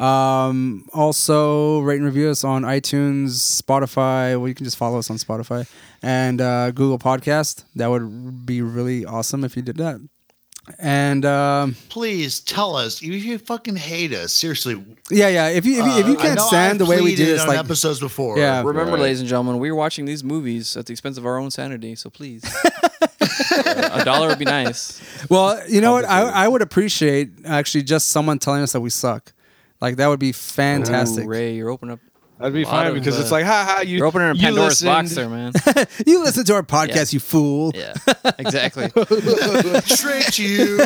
[SPEAKER 3] Um, also, rate and review us on iTunes, Spotify. Well, you can just follow us on Spotify and uh, Google Podcast. That would be really awesome if you did that. And. Um,
[SPEAKER 2] (laughs) Please tell us if you fucking hate us. Seriously,
[SPEAKER 3] yeah, yeah. If you if you, if you
[SPEAKER 2] Uh, I
[SPEAKER 3] can't
[SPEAKER 2] know
[SPEAKER 3] stand
[SPEAKER 2] I've
[SPEAKER 3] the way we do
[SPEAKER 2] pleaded
[SPEAKER 3] this,
[SPEAKER 2] on
[SPEAKER 3] like
[SPEAKER 2] episodes before.
[SPEAKER 3] yeah,
[SPEAKER 2] (laughs)
[SPEAKER 5] Remember,
[SPEAKER 4] Right.
[SPEAKER 5] ladies and gentlemen, we're watching these movies at the expense of our own sanity,
[SPEAKER 3] (laughs)
[SPEAKER 5] so please. Uh, a dollar would be nice.
[SPEAKER 3] well, you know what? I I would appreciate actually just someone telling us that we suck. Like that would be fantastic.
[SPEAKER 5] Ooh, Ray, you're opening up
[SPEAKER 4] That'd be
[SPEAKER 5] lot
[SPEAKER 4] fine
[SPEAKER 5] of,
[SPEAKER 4] because it's
[SPEAKER 5] uh,
[SPEAKER 4] like, ha ha, you,
[SPEAKER 5] you're opening a
[SPEAKER 4] you
[SPEAKER 5] Pandora's
[SPEAKER 4] listened.
[SPEAKER 5] box
[SPEAKER 4] (laughs)
[SPEAKER 5] there, man.
[SPEAKER 3] you listen to our podcast,
[SPEAKER 5] Yeah.
[SPEAKER 3] you fool.
[SPEAKER 5] Yeah.
[SPEAKER 3] (laughs)
[SPEAKER 5] Exactly.
[SPEAKER 2] tricked you.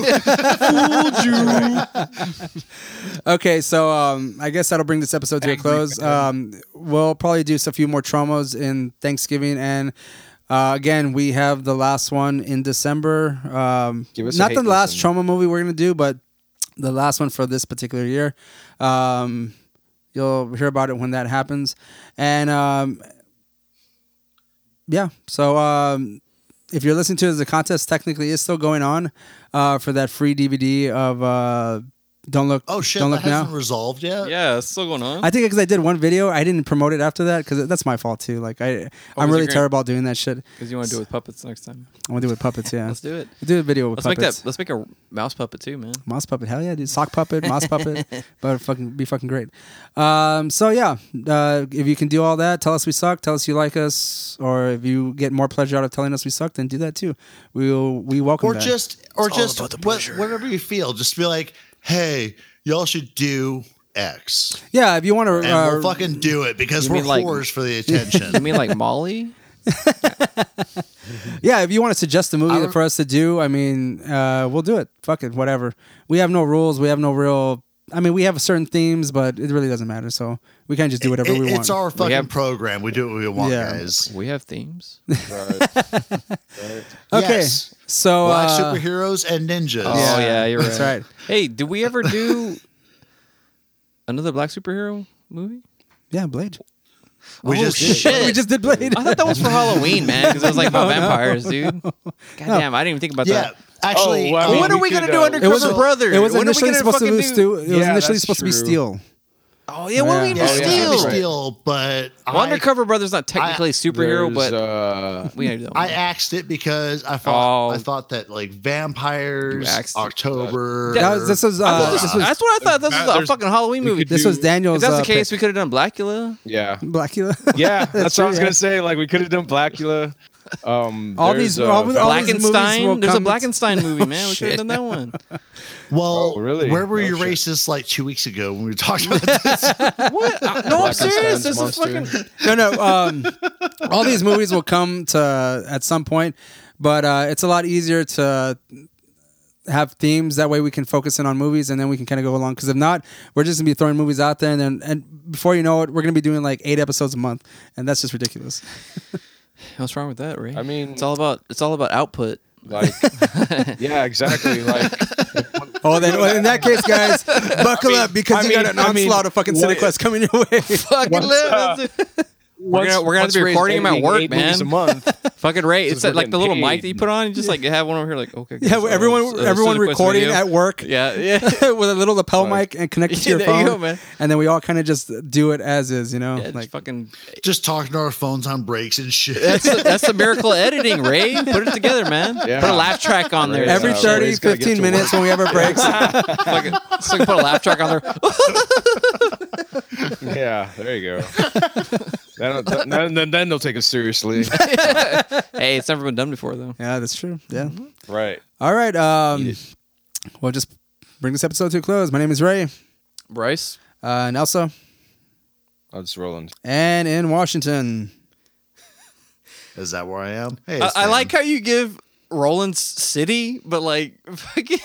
[SPEAKER 3] Okay, so um, I guess that'll bring this episode to a close. Um, we'll probably do a few more traumas in Thanksgiving and. Uh, again, we have the last one in December. Um,
[SPEAKER 4] Give us a
[SPEAKER 3] not
[SPEAKER 4] hate
[SPEAKER 3] the last
[SPEAKER 4] lesson.
[SPEAKER 3] trauma movie we're gonna do, but the last one for this particular year. Um, you'll hear about it when that happens, and um, yeah. So um, if you're listening to it, the contest technically is still going on uh, for that free DVD of uh, Don't Look.
[SPEAKER 2] Oh shit,
[SPEAKER 3] Don't
[SPEAKER 2] that
[SPEAKER 3] Look
[SPEAKER 2] hasn't
[SPEAKER 3] Now.
[SPEAKER 2] resolved yet.
[SPEAKER 5] Yeah, it's still going on.
[SPEAKER 3] I think because I did one video, I didn't promote it after that because that's my fault too. Like I, I'm
[SPEAKER 5] was it
[SPEAKER 3] really
[SPEAKER 5] great?
[SPEAKER 3] terrible at doing that shit.
[SPEAKER 5] Because you want to do it with puppets next time.
[SPEAKER 3] I want to do it with puppets. Yeah,
[SPEAKER 5] Let's do it.
[SPEAKER 3] We'll do a video with
[SPEAKER 5] Let's
[SPEAKER 3] puppets.
[SPEAKER 5] make that. Let's make a mouse puppet too, man.
[SPEAKER 3] mouse puppet. Hell yeah, dude. Sock puppet, mouse
[SPEAKER 2] (laughs)
[SPEAKER 3] puppet. But fucking be fucking great. Um, so yeah, uh, if you can do all that, tell us we suck. Tell us you like us, or if you get more pleasure out of telling us we suck, then do that too. We'll we welcome.
[SPEAKER 2] Or
[SPEAKER 3] that.
[SPEAKER 2] just or just what, whatever you feel. Just be like, hey, y'all should do X.
[SPEAKER 3] yeah, if you want to
[SPEAKER 2] And
[SPEAKER 3] uh,
[SPEAKER 2] we'll fucking do it because
[SPEAKER 5] you
[SPEAKER 2] we're
[SPEAKER 5] mean like-
[SPEAKER 2] whores for
[SPEAKER 3] (laughs)
[SPEAKER 2] the
[SPEAKER 5] I
[SPEAKER 2] attention.
[SPEAKER 5] mean, like Molly.
[SPEAKER 3] yeah, if you want to suggest a movie
[SPEAKER 2] I-
[SPEAKER 3] for us to do, I mean, uh, we'll do it. Fuck it, whatever. We have no rules. We have no real. I mean, we have certain themes, but it really doesn't matter. So we can just do whatever
[SPEAKER 2] It-
[SPEAKER 3] we want.
[SPEAKER 2] it's our fucking
[SPEAKER 5] have-
[SPEAKER 2] program. We do what we want,
[SPEAKER 3] Yeah.
[SPEAKER 2] guys.
[SPEAKER 5] We
[SPEAKER 3] (laughs)
[SPEAKER 5] have themes.
[SPEAKER 3] okay.
[SPEAKER 2] Yes.
[SPEAKER 3] So
[SPEAKER 2] Black
[SPEAKER 3] uh,
[SPEAKER 2] superheroes and ninjas.
[SPEAKER 5] Oh yeah, you're right.
[SPEAKER 3] that's right.
[SPEAKER 5] Hey, did we
[SPEAKER 3] (laughs)
[SPEAKER 5] ever do another black superhero movie?
[SPEAKER 3] Yeah, Blade.
[SPEAKER 2] We
[SPEAKER 5] oh,
[SPEAKER 2] just did.
[SPEAKER 3] (laughs)
[SPEAKER 5] shit.
[SPEAKER 3] we just did Blade.
[SPEAKER 5] I thought that was for Halloween, man, because it was
[SPEAKER 3] (laughs)
[SPEAKER 5] like about vampires, dude. God damn, I didn't even think about
[SPEAKER 2] Yeah.
[SPEAKER 5] that.
[SPEAKER 2] Actually,
[SPEAKER 4] Oh, wow.
[SPEAKER 2] um,
[SPEAKER 5] What are
[SPEAKER 4] we
[SPEAKER 5] we
[SPEAKER 4] could,
[SPEAKER 5] gonna do
[SPEAKER 4] uh,
[SPEAKER 5] under Undercover Brother?
[SPEAKER 3] It was
[SPEAKER 5] When are we
[SPEAKER 3] initially
[SPEAKER 5] gonna
[SPEAKER 3] supposed to
[SPEAKER 5] fucking
[SPEAKER 3] be
[SPEAKER 5] do-
[SPEAKER 3] Steel. It was
[SPEAKER 4] Yeah,
[SPEAKER 3] initially
[SPEAKER 4] that's
[SPEAKER 3] supposed to be
[SPEAKER 4] true.
[SPEAKER 3] Steel.
[SPEAKER 5] Oh yeah, what are we
[SPEAKER 3] Yeah.
[SPEAKER 5] gonna
[SPEAKER 2] yeah,
[SPEAKER 5] do?
[SPEAKER 2] yeah,
[SPEAKER 4] Steel.
[SPEAKER 2] Steal,
[SPEAKER 4] Right.
[SPEAKER 2] but
[SPEAKER 5] Well,
[SPEAKER 2] I,
[SPEAKER 5] Undercover Brother's not technically superhero,
[SPEAKER 4] There's,
[SPEAKER 5] but
[SPEAKER 4] uh,
[SPEAKER 5] we gotta do that.
[SPEAKER 2] I
[SPEAKER 5] One.
[SPEAKER 2] axed it because I thought
[SPEAKER 5] Oh.
[SPEAKER 2] I thought that like
[SPEAKER 5] You
[SPEAKER 2] vampires,
[SPEAKER 5] axed it.
[SPEAKER 2] October.
[SPEAKER 3] That was, this was.
[SPEAKER 5] I thought
[SPEAKER 3] Uh,
[SPEAKER 5] this
[SPEAKER 3] this
[SPEAKER 5] was-
[SPEAKER 3] was.
[SPEAKER 5] that's what I thought. This was a
[SPEAKER 4] There's-
[SPEAKER 5] fucking Halloween
[SPEAKER 4] we
[SPEAKER 5] movie.
[SPEAKER 4] could
[SPEAKER 3] This
[SPEAKER 4] do-
[SPEAKER 3] was Daniel's.
[SPEAKER 5] If that's
[SPEAKER 3] uh,
[SPEAKER 5] the case, we could have done Blackula. (laughs)
[SPEAKER 4] yeah,
[SPEAKER 3] pick. Blackula.
[SPEAKER 4] yeah. That's
[SPEAKER 3] true,
[SPEAKER 4] what I was
[SPEAKER 3] yeah.
[SPEAKER 4] gonna say. Like we could have done Blackula. Um,
[SPEAKER 3] All
[SPEAKER 4] there's,
[SPEAKER 3] these- all these- all these- movies will
[SPEAKER 5] Blackenstein. There's a
[SPEAKER 3] come-
[SPEAKER 5] Blackenstein movie,
[SPEAKER 3] (laughs)
[SPEAKER 5] man. We could have done that one.
[SPEAKER 2] Well,
[SPEAKER 4] Oh, really?
[SPEAKER 2] Where were
[SPEAKER 4] Oh,
[SPEAKER 2] you
[SPEAKER 4] shit.
[SPEAKER 2] racist like two weeks ago when we
[SPEAKER 3] (laughs)
[SPEAKER 2] talked about this?
[SPEAKER 5] What? I- No, I'm
[SPEAKER 4] Blackenstein's
[SPEAKER 5] serious. This is
[SPEAKER 4] monster.
[SPEAKER 5] fucking.
[SPEAKER 3] no, no. Um, all these movies will come to at some point, but uh, it's a lot easier to have themes. That way, we can focus in on movies, and then we can kind of go along. Because if not, we're just gonna be throwing movies out there, and then and before you know it, we're gonna be doing like eight episodes a month, and that's just ridiculous.
[SPEAKER 5] What's wrong with that, Ray?
[SPEAKER 4] I mean-
[SPEAKER 5] it's all about it's all about output.
[SPEAKER 4] (laughs) like, yeah, exactly. Like
[SPEAKER 3] Oh, then well, in that case,
[SPEAKER 5] (laughs)
[SPEAKER 3] guys, buckle up because
[SPEAKER 4] I
[SPEAKER 3] you
[SPEAKER 4] mean-
[SPEAKER 3] got an
[SPEAKER 4] I mean,
[SPEAKER 3] onslaught of fucking
[SPEAKER 4] what-
[SPEAKER 3] cinequests coming your
[SPEAKER 5] (laughs)
[SPEAKER 3] way.
[SPEAKER 5] Fucking
[SPEAKER 4] uh, (laughs)
[SPEAKER 5] live. We're gonna- we're gonna
[SPEAKER 4] once
[SPEAKER 5] be
[SPEAKER 4] Ray's
[SPEAKER 5] recording him at
[SPEAKER 4] editing
[SPEAKER 5] work,
[SPEAKER 4] eight movies
[SPEAKER 5] man.
[SPEAKER 4] A month.
[SPEAKER 5] Fucking Ray. It's
[SPEAKER 4] we're
[SPEAKER 5] that, like the
[SPEAKER 4] getting
[SPEAKER 5] little mic
[SPEAKER 4] paid.
[SPEAKER 5] that you put on. You just like have one over here, like okay.
[SPEAKER 3] Yeah,
[SPEAKER 5] guys,
[SPEAKER 3] everyone,
[SPEAKER 5] uh,
[SPEAKER 3] everyone
[SPEAKER 5] Cinequest
[SPEAKER 3] recording
[SPEAKER 5] (laughs) video.
[SPEAKER 3] at work.
[SPEAKER 5] Yeah, yeah.
[SPEAKER 3] (laughs) with a little lapel mic and connect it
[SPEAKER 5] (laughs)
[SPEAKER 3] to your
[SPEAKER 5] There you
[SPEAKER 3] phone,
[SPEAKER 5] go, man.
[SPEAKER 3] and then we all kind of just do it as is, you know.
[SPEAKER 5] Yeah,
[SPEAKER 3] like,
[SPEAKER 5] like fucking.
[SPEAKER 2] Just talking to our phones on breaks and shit.
[SPEAKER 5] That's the, that's
[SPEAKER 3] (laughs)
[SPEAKER 5] the miracle of editing, Ray. Put it together, man.
[SPEAKER 4] Yeah.
[SPEAKER 5] Put a laugh track on there.
[SPEAKER 3] every
[SPEAKER 4] Yeah,
[SPEAKER 5] so,
[SPEAKER 4] thirty-
[SPEAKER 3] thirty,
[SPEAKER 4] Ray's gotta get
[SPEAKER 3] fifteen 30,
[SPEAKER 4] to
[SPEAKER 3] 15 minutes when we have our
[SPEAKER 5] (laughs)
[SPEAKER 3] breaks.
[SPEAKER 5] fucking, so you put a laugh track on there.
[SPEAKER 4] (laughs)
[SPEAKER 5] (laughs) Oh,
[SPEAKER 4] Yeah, there you go. (laughs) That'll- that- then, then, then they'll take us seriously.
[SPEAKER 5] hey, it's never been done before though.
[SPEAKER 3] yeah, that's true. Yeah.
[SPEAKER 4] right.
[SPEAKER 3] All right. Um, we'll just bring this episode to a close. My name is Ray, uh,
[SPEAKER 5] Bryce,
[SPEAKER 3] and Elsa,
[SPEAKER 4] That's Roland.
[SPEAKER 3] and in Washington.
[SPEAKER 2] Is that where I am? Hey,
[SPEAKER 5] I,
[SPEAKER 2] it's
[SPEAKER 5] I
[SPEAKER 2] Sam.
[SPEAKER 5] like how you give Roland's city, but like (laughs) fucking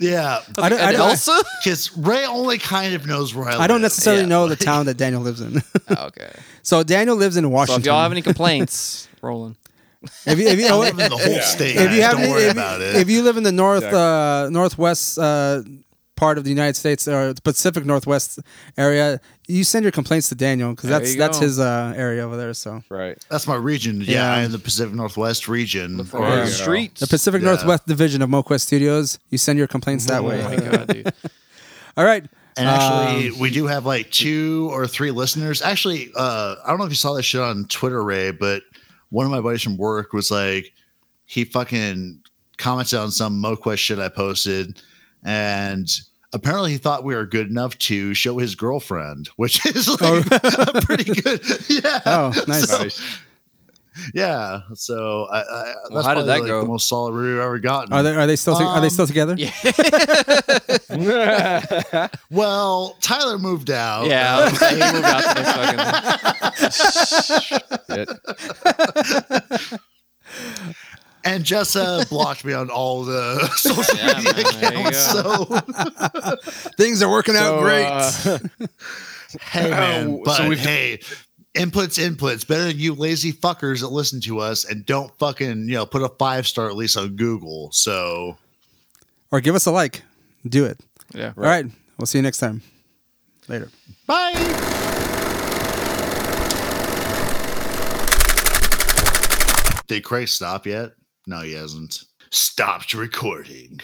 [SPEAKER 2] Yeah,
[SPEAKER 3] I don't, I
[SPEAKER 5] and
[SPEAKER 3] don't,
[SPEAKER 5] (laughs) Elsa.
[SPEAKER 2] because Ray only kind of knows where I.
[SPEAKER 3] I don't
[SPEAKER 2] live.
[SPEAKER 3] necessarily
[SPEAKER 5] Yeah,
[SPEAKER 3] know the town that Daniel lives in. (laughs)
[SPEAKER 5] Oh, okay.
[SPEAKER 3] so Daniel lives in
[SPEAKER 5] (laughs) So
[SPEAKER 3] Washington.
[SPEAKER 5] if y'all have any complaints, Roland.
[SPEAKER 3] If you, if you,
[SPEAKER 2] I live
[SPEAKER 3] (laughs)
[SPEAKER 2] in the whole state.
[SPEAKER 3] if
[SPEAKER 2] guys.
[SPEAKER 3] you have
[SPEAKER 2] don't
[SPEAKER 3] any-
[SPEAKER 2] worry
[SPEAKER 3] if,
[SPEAKER 2] about it.
[SPEAKER 3] if you live in the north
[SPEAKER 4] Exactly.
[SPEAKER 3] uh, northwest uh, part of the United States or the Pacific Northwest area, you send your complaints to Daniel because
[SPEAKER 5] There
[SPEAKER 3] that's
[SPEAKER 5] you
[SPEAKER 3] that's
[SPEAKER 5] go.
[SPEAKER 3] his uh, area over there. So
[SPEAKER 4] Right.
[SPEAKER 2] That's my region. Yeah,
[SPEAKER 3] Yeah.
[SPEAKER 2] I'm in the Pacific Northwest region.
[SPEAKER 4] There you
[SPEAKER 5] Or
[SPEAKER 4] go.
[SPEAKER 5] streets.
[SPEAKER 3] the Pacific
[SPEAKER 2] Yeah.
[SPEAKER 3] Northwest division of MoQuest Studios, you send your complaints that
[SPEAKER 5] Oh my
[SPEAKER 3] way.
[SPEAKER 5] God, dude.
[SPEAKER 3] (laughs) All right.
[SPEAKER 2] And actually,
[SPEAKER 3] Um,
[SPEAKER 2] we do have like two or three listeners. Actually, uh, I don't know if you saw that shit on Twitter, Ray, but one of my buddies from work was like, he fucking commented on some MoQuest shit I posted, and apparently he thought we were good enough to show his girlfriend, which (laughs) is like (laughs) pretty
[SPEAKER 3] (laughs)
[SPEAKER 2] good. Yeah,
[SPEAKER 5] (laughs)
[SPEAKER 3] Oh, nice.
[SPEAKER 4] Nice. (laughs)
[SPEAKER 2] yeah. So I, I, that's
[SPEAKER 5] Well, how
[SPEAKER 2] probably,
[SPEAKER 5] did that
[SPEAKER 2] like,
[SPEAKER 5] go?
[SPEAKER 2] the most solid review I've ever gotten.
[SPEAKER 3] Are they are they still are they still
[SPEAKER 2] Um,
[SPEAKER 3] together?
[SPEAKER 5] (laughs) Yeah.
[SPEAKER 4] (laughs)
[SPEAKER 2] well, Tyler moved out.
[SPEAKER 5] Yeah.
[SPEAKER 2] (laughs)
[SPEAKER 5] I was like, he moved out to this (laughs) fucking- (laughs)
[SPEAKER 4] Shit.
[SPEAKER 2] And
[SPEAKER 4] (laughs)
[SPEAKER 2] Jessa blocked me on all the (laughs) social
[SPEAKER 5] Yeah,
[SPEAKER 2] media
[SPEAKER 5] man, there you
[SPEAKER 2] accounts.
[SPEAKER 4] (laughs)
[SPEAKER 2] So
[SPEAKER 3] Things are working out
[SPEAKER 4] So,
[SPEAKER 3] great.
[SPEAKER 4] uh,
[SPEAKER 2] hey, man,
[SPEAKER 4] so
[SPEAKER 2] but
[SPEAKER 4] we've-
[SPEAKER 2] hey, Inputs, inputs. Better than you lazy fuckers that listen to us and don't fucking, you know, put a five star at least on Google. So
[SPEAKER 3] Or give us a like. Do it.
[SPEAKER 5] Yeah.
[SPEAKER 3] All right. We'll see you next time. Later.
[SPEAKER 2] bye. Did Craig stop yet? No, he hasn't. Stopped recording.